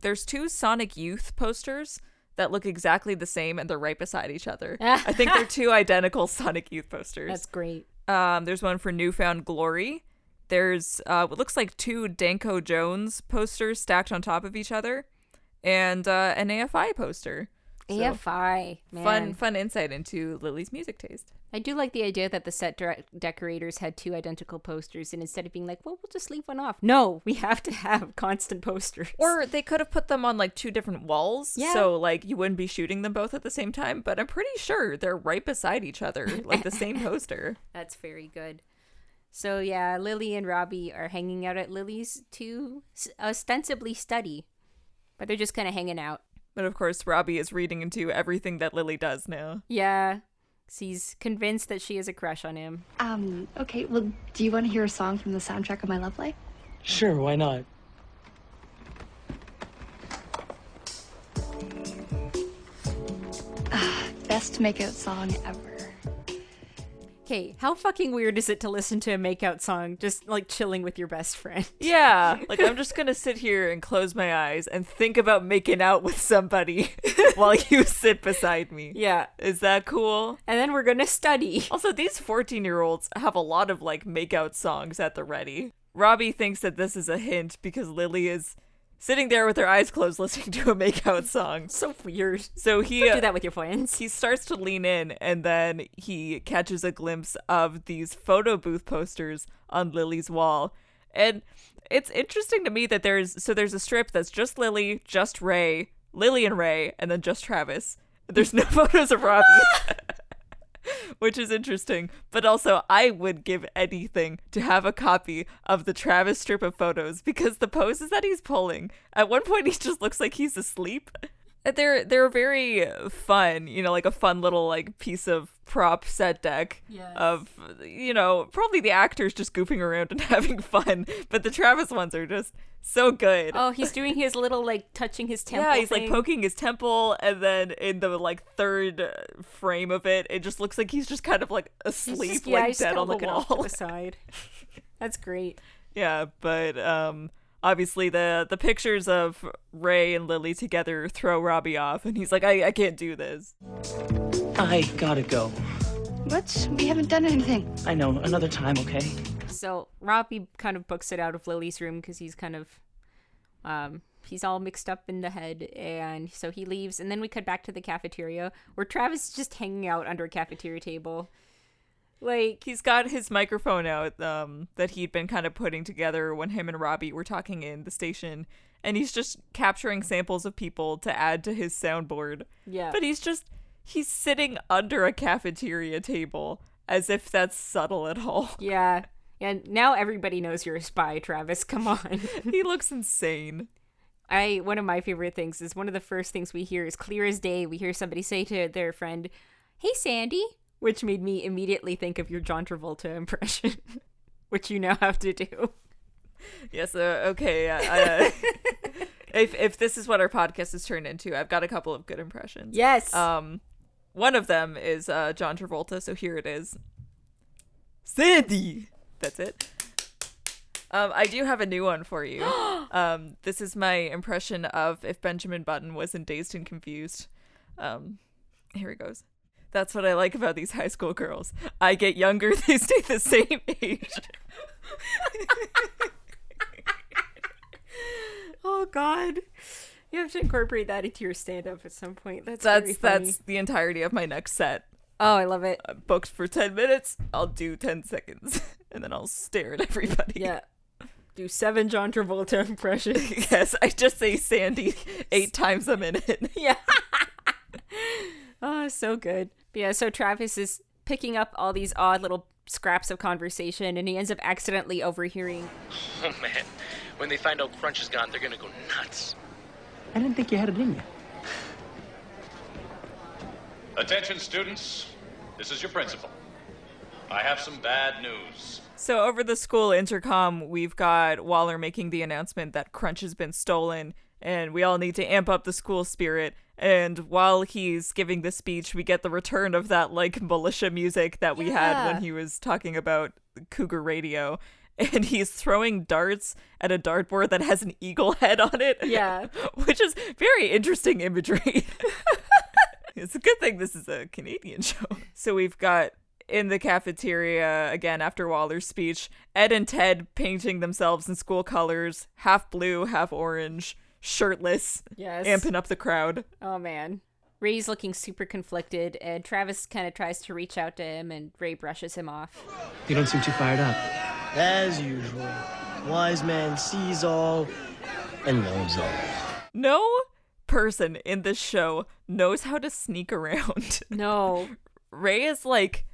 there's two Sonic Youth posters that look exactly the same and they're right beside each
[LAUGHS]
other. I think they're two identical Sonic Youth posters.
That's great.
Um, there's one for Newfound Glory. There's uh, what looks like two Danko Jones posters stacked on top of each other, and uh, an AFI poster. So,
AFI, man.
Fun, fun insight into Lily's music taste.
I do like the idea that the set dire- decorators had two identical posters, and instead of being like, "Well, we'll just leave one off," no, we have to have constant posters.
Or they could have put them on like two different walls,
Yeah.
so like you wouldn't be shooting them both at the same time. But I'm pretty sure they're right beside each other, like
[LAUGHS]
the same poster.
that's very good. So yeah, Lily and Robbie are hanging out at Lily's to s- ostensibly study, but they're just kind of hanging out.
But of course, Robbie is reading into everything that Lily does now.
Yeah. 'cause He's convinced that she has a crush on him.
Um, okay, well, do you want to hear a song from the soundtrack of My Love Life?
Sure, why not?
Best makeout song ever.
Okay, how fucking weird is it to listen to a makeout song just like chilling with your best friend?
Yeah, like I'm just gonna sit here and close my eyes and think about making out
[LAUGHS]
with somebody while you sit beside
[LAUGHS]
me.
Yeah.
Is that cool?
And then we're gonna study.
Also, these 14 year olds have a lot of like makeout songs at the ready. Robbie thinks that this is a hint because Lily is sitting there with her eyes closed listening to a makeout song.
So weird.
So he
Do that with your friends.
he starts to lean in and then he catches a glimpse of these photo booth posters on Lily's wall. And it's interesting to me that there's so there's a strip that's just Lily, just Ray, Lily and Ray, and then just Travis. There's no [LAUGHS] photos of Robbie. Which is interesting, but also I would give anything to have a copy of the Travis strip of photos because the poses that he's pulling, at one point he just looks like he's asleep Uh, they're they're very fun you know like a fun little like piece of prop set deck of you know probably the actors just goofing around and [LAUGHS] having fun but the travis ones are just so good
Oh, he's doing his little like touching his temple.
yeah he's like
thing.
poking his temple and then in the like third uh, frame of it it just looks like he's just kind of like
He's
asleep
just- yeah,
like
he's just
dead
kinda
on the
looking off to
wall
the side. That's great.
[LAUGHS] yeah but um obviously the the pictures of ray and lily together throw robbie off and he's like i, I can't do this
I gotta go.
What? We haven't done anything.
I know, another time, okay?
So Robbie kind of books it out of Lily's room because he's kind of, um, he's all mixed up in the head, and so he leaves. And then we cut back to the cafeteria where Travis is just hanging out under a cafeteria table, Like,
He's got his microphone out um, that he'd been kind of putting together when him and Robbie were talking in the station, and he's just capturing samples of people to add to his soundboard.
Yeah.
But he's just, he's sitting under a cafeteria table as if that's subtle at all. [LAUGHS]
yeah. And now everybody knows you're a spy, Travis. Come on. [LAUGHS]
he looks insane.
I one of my favorite things is one of the first things we hear is clear as day. We hear somebody say to their friend, "Hey, Sandy," which made me immediately think of your John Travolta [LAUGHS] impression, which you now have to do.
Yes. Uh, okay. Uh, uh, if if this is what our podcast has turned into, I've got a couple of good impressions.
Yes.
Um, one of them is uh John Travolta. So here it is. Sandy. That's it. Um, I do have a new one for
[GASPS]
you. um, this is my impression of if Benjamin Button was in Dazed and Confused. Um, here it goes. That's what I like about these high school girls. I get younger, [LAUGHS] they stay the same age.
[LAUGHS] oh God, you have to incorporate that into your stand-up at some point. [LAUGHS] That's very
That's
funny.
that's the entirety of my next set.
Oh, I love it.
I'm booked for 10 minutes. I'll do 10 seconds [LAUGHS] and then I'll stare at everybody.
Yeah. Do seven John Travolta [LAUGHS] impressions.
[LAUGHS] Yes, I just say Sandy eight times a minute.
[LAUGHS]
[LAUGHS]
Yeah. [LAUGHS] oh, so good. But yeah, so Travis is picking up all these odd little scraps of conversation and he ends up accidentally overhearing.
Oh man, when they find out Crunch is gone, they're gonna go nuts.
I didn't think you had it in you.
Attention, students. This is your principal. I have some bad news.
So, over the school intercom, we've got Waller making the announcement that Crunch has been stolen and we all need to amp up the school spirit. And while he's giving the speech, we get the return of that like militia music that we had when he was talking about Cougar Radio. And he's throwing darts at a dartboard that has an eagle head on it.
Yeah.
[LAUGHS] which is very interesting imagery. [LAUGHS] it's a good thing this is a Canadian show. So we've got in the cafeteria again after Waller's speech, Ed and Ted painting themselves in school colors, half blue, half orange, shirtless,
Yes.
amping up the crowd.
Oh, man. Ray's looking super conflicted and Travis kind of tries to reach out to him and Ray brushes him off.
You don't seem too fired up.
As usual, wise man sees all and knows all.
No person in this show knows how to sneak around. [LAUGHS]
No.
Ray is like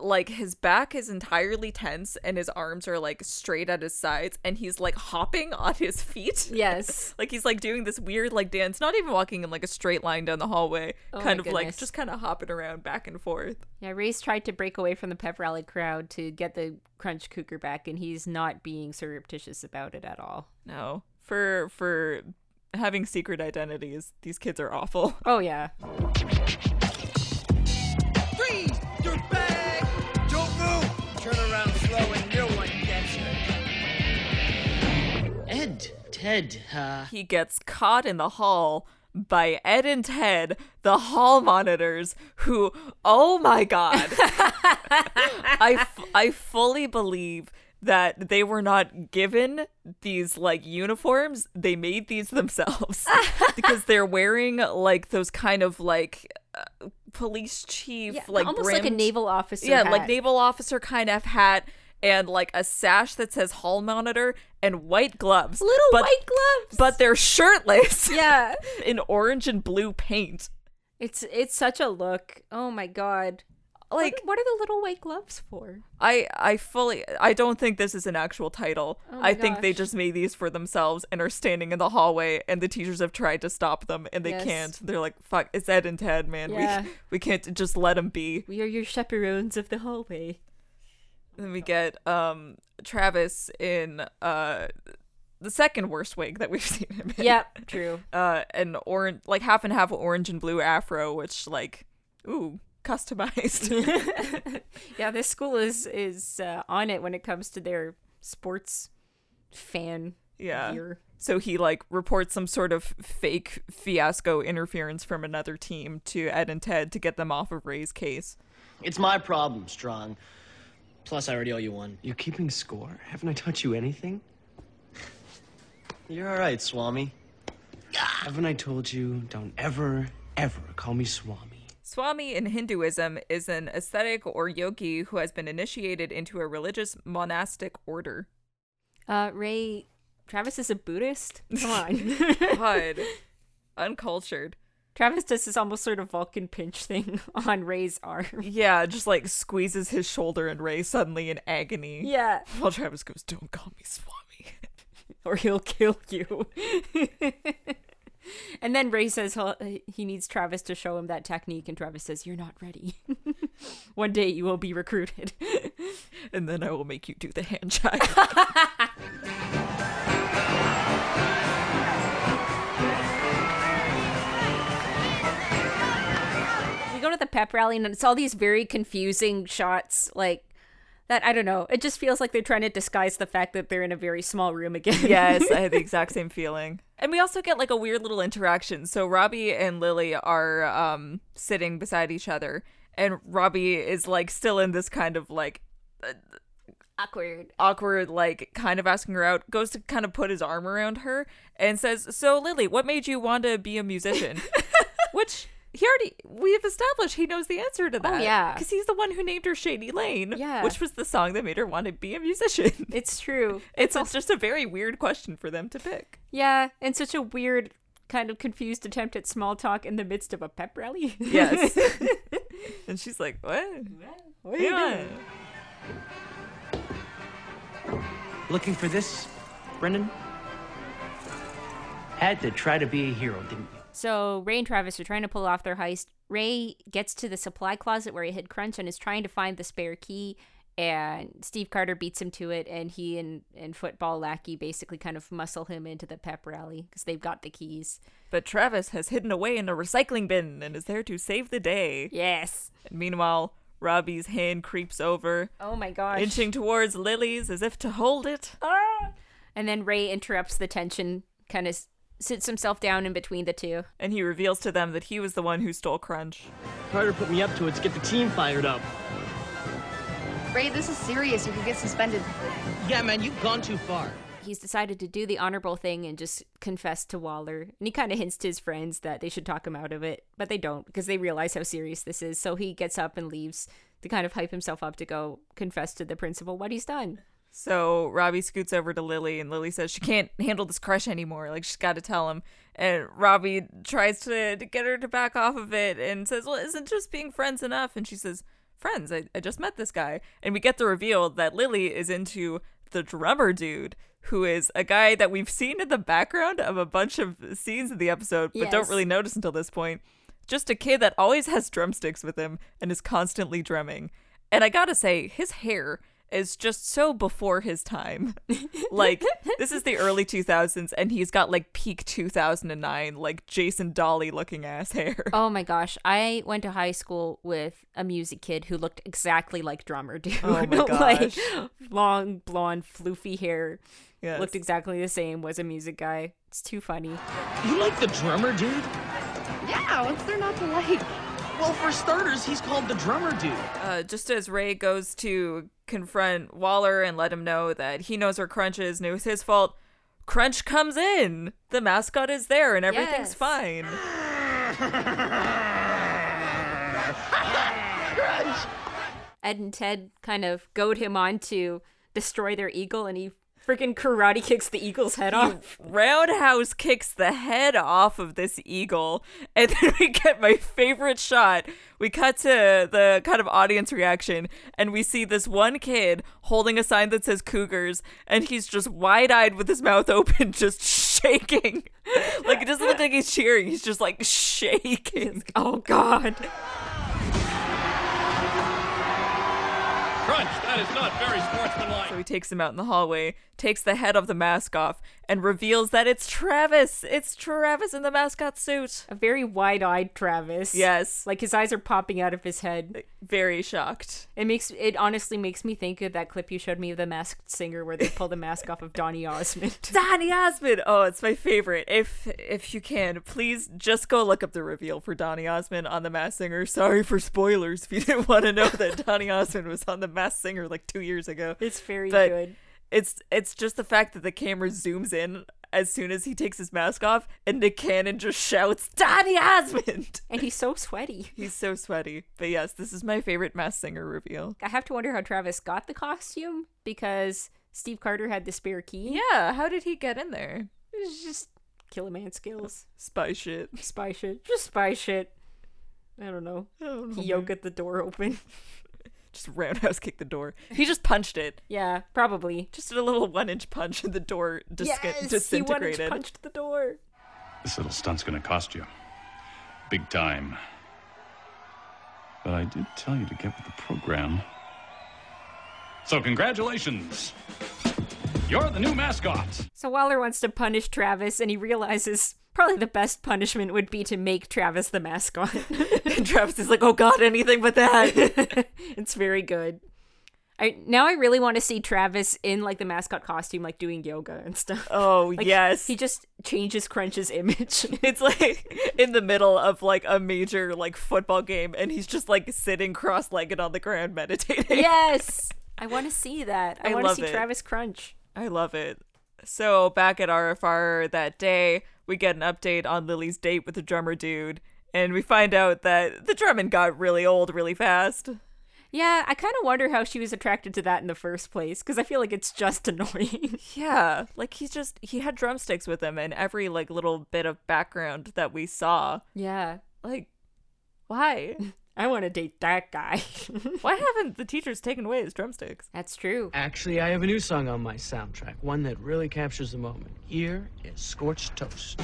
like his back is entirely tense and his arms are like straight at his sides and he's like hopping on his feet.
[LAUGHS] Yes.
like he's like doing this weird like dance, not even walking in like a straight line down the hallway,
Oh
kind
my
of like
goodness.
just kind of hopping around back and forth.
Yeah, Ray's tried to break away from the pep rally crowd to get the crunch cougar back and he's not being surreptitious about it at all.
No. For for having secret identities, these kids are awful. [LAUGHS]
Oh, yeah.
Freeze! You're back! Don't move! Turn around slow and no one gets you.
Ed, Ted, uh,
he gets caught in the hall by Ed and Ted, the hall monitors, who, oh
[LAUGHS]
my God. I, f- I fully believe that they were not given these like uniforms. They made these [LAUGHS] themselves because they're wearing like those kind of like uh, police chief, like
almost like a
brimmed-
naval officer.
yeah, like
hat.
naval officer kind of hat and like a sash that says hall monitor and white gloves.
little
But-
white gloves.
But they're shirtless.
[LAUGHS] yeah,
in orange and blue paint.
it's it's such a look. Oh my god! Like,
Like
what, are the little white gloves for?
I I fully I don't think this is an actual title.
Oh my
I think they
gosh.
just made these for themselves and are standing in the hallway and the teachers have tried to stop them and they
Yes.
can't. They're like fuck, it's Ed and Ted, man.
Yeah.
We [LAUGHS] we can't just let them be.
We are your chaperones of the hallway.
Then we get um Travis in uh the second worst wig that we've [LAUGHS] seen him in.
Yep, true.
Uh an orange like half and half orange and blue afro which like ooh, customized.
[LAUGHS] Yeah, this school is is uh, on it when it comes to their sports fan.
yeah.
gear.
So he like reports some sort of fake fiasco interference from another team to Ed and Ted to get them off of Ray's case.
It's my problem, Strong. Plus, I already owe you one.
you're keeping score? Haven't I taught you anything?
You're all right, Swami.
Haven't I told you don't ever, ever call me Swami?
Swami in Hinduism is an ascetic or yogi who has been initiated into a religious monastic [LAUGHS] order.
Uh, Ray, Travis is a Buddhist. Come on.
God, uncultured.
[LAUGHS] Travis does this almost sort of Vulcan pinch thing [LAUGHS] on Ray's arm.
Yeah, just like squeezes his shoulder, and Ray suddenly in agony.
Yeah.
While Travis goes, "Don't call me Swami."
[LAUGHS] Or he'll kill you. [LAUGHS] and then Ray says he'll, he needs Travis to show him that technique, and Travis says, You're not ready. [LAUGHS] One day you will be recruited.
and then I will make you do the hand jive.
we go to the pep rally and it's all these very confusing shots like that i don't know it just feels like they're trying to disguise the fact that they're in a very small room again [LAUGHS]
yes, I had [LAUGHS] the exact same feeling. And we also get like a weird little interaction. So Robbie and Lily are um sitting beside each other and Robbie is like still in this kind of like
awkward
awkward like kind of asking her out goes to kind of put his arm around her and says, "So Lily, what made you want to be a [LAUGHS] musician?" Which he already we've established he knows the answer to that.
yeah.
Cuz he's the one who named her Shady Lane,
Yeah.
which was the song that made her want to be a musician.
it's true
It's, it's just a very weird question for them to pick.
yeah and such a weird kind of confused attempt at small talk in the midst of a pep rally [LAUGHS]
Yes. [LAUGHS] and she's like, what? What are you doing?
Looking for this, Brendan? Had to try to be a hero, didn't you?
So Ray and Travis are trying to pull off their heist. Ray gets to the supply closet where he hid Crunch and is trying to find the spare key. And Steve Carter beats him to it, and he and, and Football Lackey basically kind of muscle him into the pep rally because they've got the keys.
But Travis has hidden away in a recycling bin and is there to save the day.
Yes.
And meanwhile, Robbie's hand creeps over,
Oh my gosh.
inching towards Lily's as if to hold it.
Ah! And then Ray interrupts the tension, kind of sits himself down in between the two.
And he reveals to them that he was the one who stole Crunch.
Carter put me up to it to get the team fired up.
Ray, this is serious. You could get suspended.
Yeah, man, you've gone too far.
He's decided to do the honorable thing and just confess to Waller. And he kind of hints to his friends that they should talk him out of it, but they don't because they realize how serious this is. So he gets up and leaves to kind of hype himself up to go confess to the principal what he's done.
So Robbie scoots over to Lily, and Lily says she can't handle this crush anymore. Like she's got to tell him. And Robbie tries to, to get her to back off of it, and says, "Well, isn't just being friends enough?" And she says, "Friends, I, I just met this guy." And we get the reveal that Lily is into the drummer dude, who is a guy that we've seen in the background of a bunch of scenes in the episode, but
Yes.
don't really notice until this point. Just a kid that always has drumsticks with him and is constantly drumming. And I gotta say, his hair is just so before his [LAUGHS] time. like, this is the early 2000s, and he's got like peak 2009, like Jason Dolly looking ass hair.
Oh my gosh. I went to high school with a music kid who looked exactly like drummer [LAUGHS] dude.
Oh my
like
gosh.
long blonde floofy hair.
Yes.
Looked exactly the same, was a music guy. It's too funny.
You like the drummer, dude?
Yeah, what's there not to like?
Well, for starters, he's called the drummer dude.
Uh, just as Ray goes to confront Waller and let him know that he knows where Crunch is and it was his fault, Crunch comes in. The mascot is there and
Yes.
everything's fine.
Ed and Ted kind of goad him on to destroy their eagle, and he freaking [LAUGHS] karate kicks the eagle's head off.
Roundhouse kicks the head off of this eagle, and [LAUGHS] then we get my favorite shot. We cut to the kind of audience reaction, and we see this one kid holding a sign that says Cougars, and he's just wide eyed with his mouth [LAUGHS] open, just shaking. [LAUGHS] Like, it doesn't look like he's cheering, he's just like shaking.
Oh God!
Crunch, that is not very sportsmanlike.
So he takes him out in the hallway, takes the head of the mask off, and reveals that it's Travis. It's Travis in the mascot suit.
A very wide-eyed Travis.
Yes.
like his eyes are popping out of his head.
Very shocked.
It makes it honestly makes me think of that clip you showed me of the Masked Singer, where they pull the mask off of Donny Osmond. [LAUGHS]
Donny Osmond. Oh, it's my favorite. If if you can, please just go look up the reveal for Donny Osmond on The Mass Singer. Sorry for spoilers if you didn't want to know [LAUGHS] that Donny Osmond was on The Mass Singer like two years ago.
It's very
But
good.
It's it's just the fact that the camera zooms in as soon as he takes his mask off, and Nick Cannon just shouts, Donny Osmond! [LAUGHS]
And he's so sweaty.
He's so sweaty. But yes, this is my favorite mass singer reveal.
I have to wonder how Travis got the costume because Steve Carter had the spare key.
Yeah, how did he get in there?
It's just killer man skills.
Spy shit. [LAUGHS]
Spy shit. Just spy shit. I don't know.
I don't know,
He yokeed the door open.
Just roundhouse kicked the door. He just punched it.
[LAUGHS] yeah, probably.
Just did a little one inch punch, and the door dis-
he went and
disintegrated.
punched the door.
This little stunt's gonna cost you. Big time. But I did tell you to get with the program. So, congratulations! You're the new mascot!
So Waller wants to punish Travis, and he realizes probably the best punishment would be to make Travis the [LAUGHS] mascot.
and Travis is like, oh god, anything but that.
[LAUGHS] it's very good. I now I really want to see Travis in like the mascot costume, like doing yoga and stuff.
oh,
Like,
yes.
he just changes Crunch's image.
[LAUGHS] It's like in the middle of like a major like football game, and he's just like sitting cross legged on the ground
[LAUGHS]
meditating.
yes, I want to see that. I,
I
want to
love
see
it.
Travis Crunch.
[LAUGHS] I love it. So back at RFR that day, we get an update on Lily's date with the drummer dude, and we find out that the drumming got really old really fast.
Yeah, I kind of wonder how she was attracted to that in the first place because I feel like it's just
[LAUGHS]
annoying.
Yeah, like he's just he had drumsticks with him, and every like little bit of background that we
[LAUGHS]
saw,
yeah,
like, why?
I want to date that guy.
why haven't the teachers taken away his drumsticks?
That's true.
Actually, I have a new song on my soundtrack, one that really captures the moment. Here is Scorched Toast.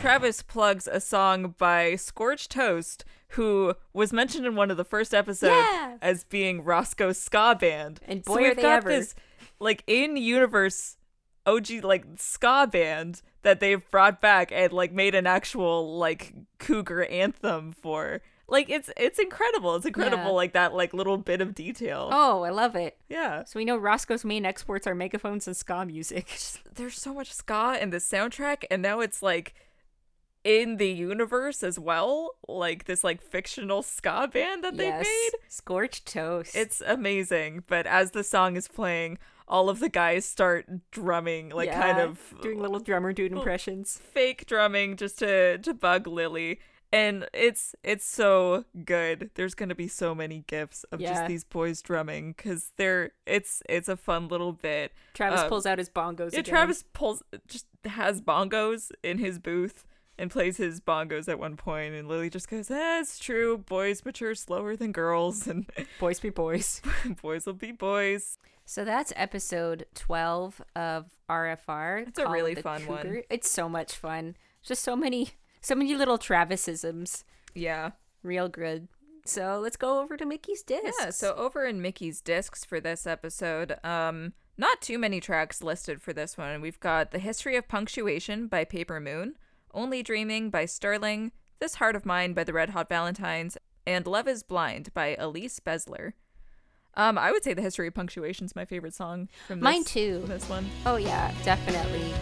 Travis plugs a song by Scorched Toast, who was mentioned in one of the first episodes
Yeah.
as being Roscoe's ska band.
And
So
boy, are
we've
they
got
ever.
this like in universe OG like ska band that they've brought back and like made an actual like cougar anthem for. Like it's it's incredible. It's incredible
Yeah.
like that like little bit of detail.
Oh, I love it.
Yeah.
So we know Roscoe's main exports are megaphones and ska music. [LAUGHS]
there's so much ska in the soundtrack and now it's like in the universe as well like this like fictional ska band that they made
Scorched toast.
it's amazing but as the song is playing all of the guys start drumming like kind
Yeah,
of uh, oh.
doing little drummer dude
[LAUGHS]
impressions.
fake drumming just to to bug lily and it's it's so good there's gonna be so many gifs of
Yeah.
just these boys drumming because they're it's it's a fun little bit
Travis
Um,
pulls out his bongos.
yeah,
again.
Travis pulls just has bongos in his booth and plays his bongos at one point, and Lily just goes, "That's true. Boys mature slower than girls, and [LAUGHS]
Boys be boys. [LAUGHS]
boys will be boys."
So that's episode twelve of RFR.
It's a
called
really
The
fun one.
Cougar. It's so much fun. Just so many, so many little Travisisms.
Yeah,
Real good. So let's go over to Mickey's disc.
yeah. So over in Mickey's discs for this episode, um, not too many tracks listed for this one. We've got "The History of Punctuation" by Paper Moon, "Only Dreaming" by Sterling, "This Heart of Mine" by the Red Hot Valentines, and "Love Is Blind" by Elise Besler. Um, I would say the history of punctuation's my favorite song from this,
Mine too.
This one,
oh yeah, definitely.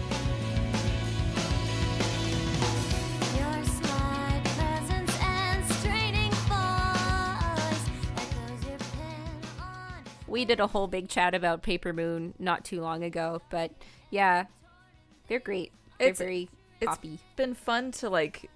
We did a whole big chat about Paper Moon not too long ago, but yeah, they're great. They're
It's-
very
It's
poppy.
been fun to like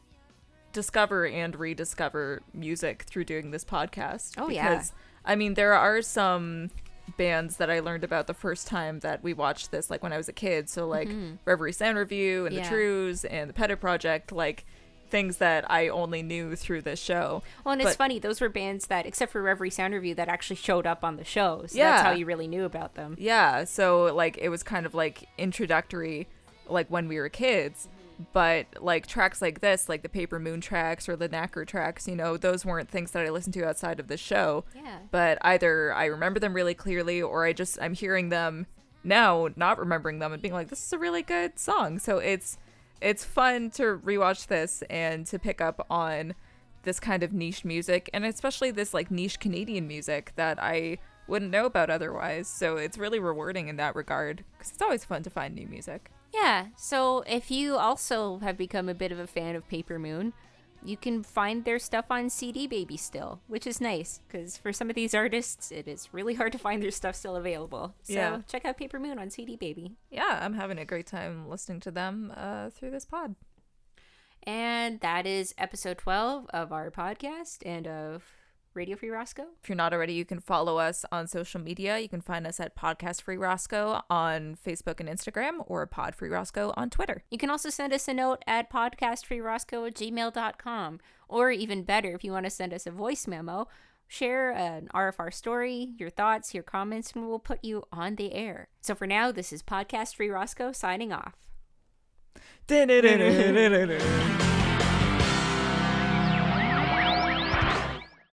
discover and rediscover music through doing this podcast.
Oh, yeah.
I mean, there are some bands that I learned about the first time that we watched this, like when I was a kid. So like Reverie Sound Review and
Mm-hmm. Yeah.
the Trues and the Pettit Project, like things that I only knew through this show.
Well, and it's
but-
funny; those were bands that, except for Reverie Sound Review, that actually showed up on the show. So
Yeah.
that's how you really knew about them.
Yeah, so like it was kind of like introductory, like when we were kids. But like tracks like this, like the Paper Moon tracks or the Knacker tracks, you know, those weren't things that I listened to outside of the show.
Yeah.
But either I remember them really clearly or I just, I'm hearing them now, not remembering them and being like, this is a really good song. So it's, it's fun to rewatch this and to pick up on this kind of niche music and especially this like niche Canadian music that I wouldn't know about otherwise. So it's really rewarding in that regard because it's always fun to find new music.
Yeah. So if you also have become a bit of a fan of Paper Moon, you can find their stuff on CD Baby still, which is nice because for some of these artists, it is really hard to find their stuff still available. So
Yeah.
check out Paper Moon on CD Baby.
Yeah, I'm having a great time listening to them uh, through this pod.
And that is episode 12 of our podcast and of Radio Free Roscoe.
If you're not already, you can follow us on social media. You can find us at Podcast Free Roscoe on Facebook and Instagram or Pod Free Roscoe on Twitter.
You can also send us a note at podcastfreeroscoe at gmail.com. Or even better, if you want to send us a voice memo, share an RFR story, your thoughts, your comments, and we'll put you on the air. So for now, [LAUGHS] this is Podcast Free Roscoe signing off.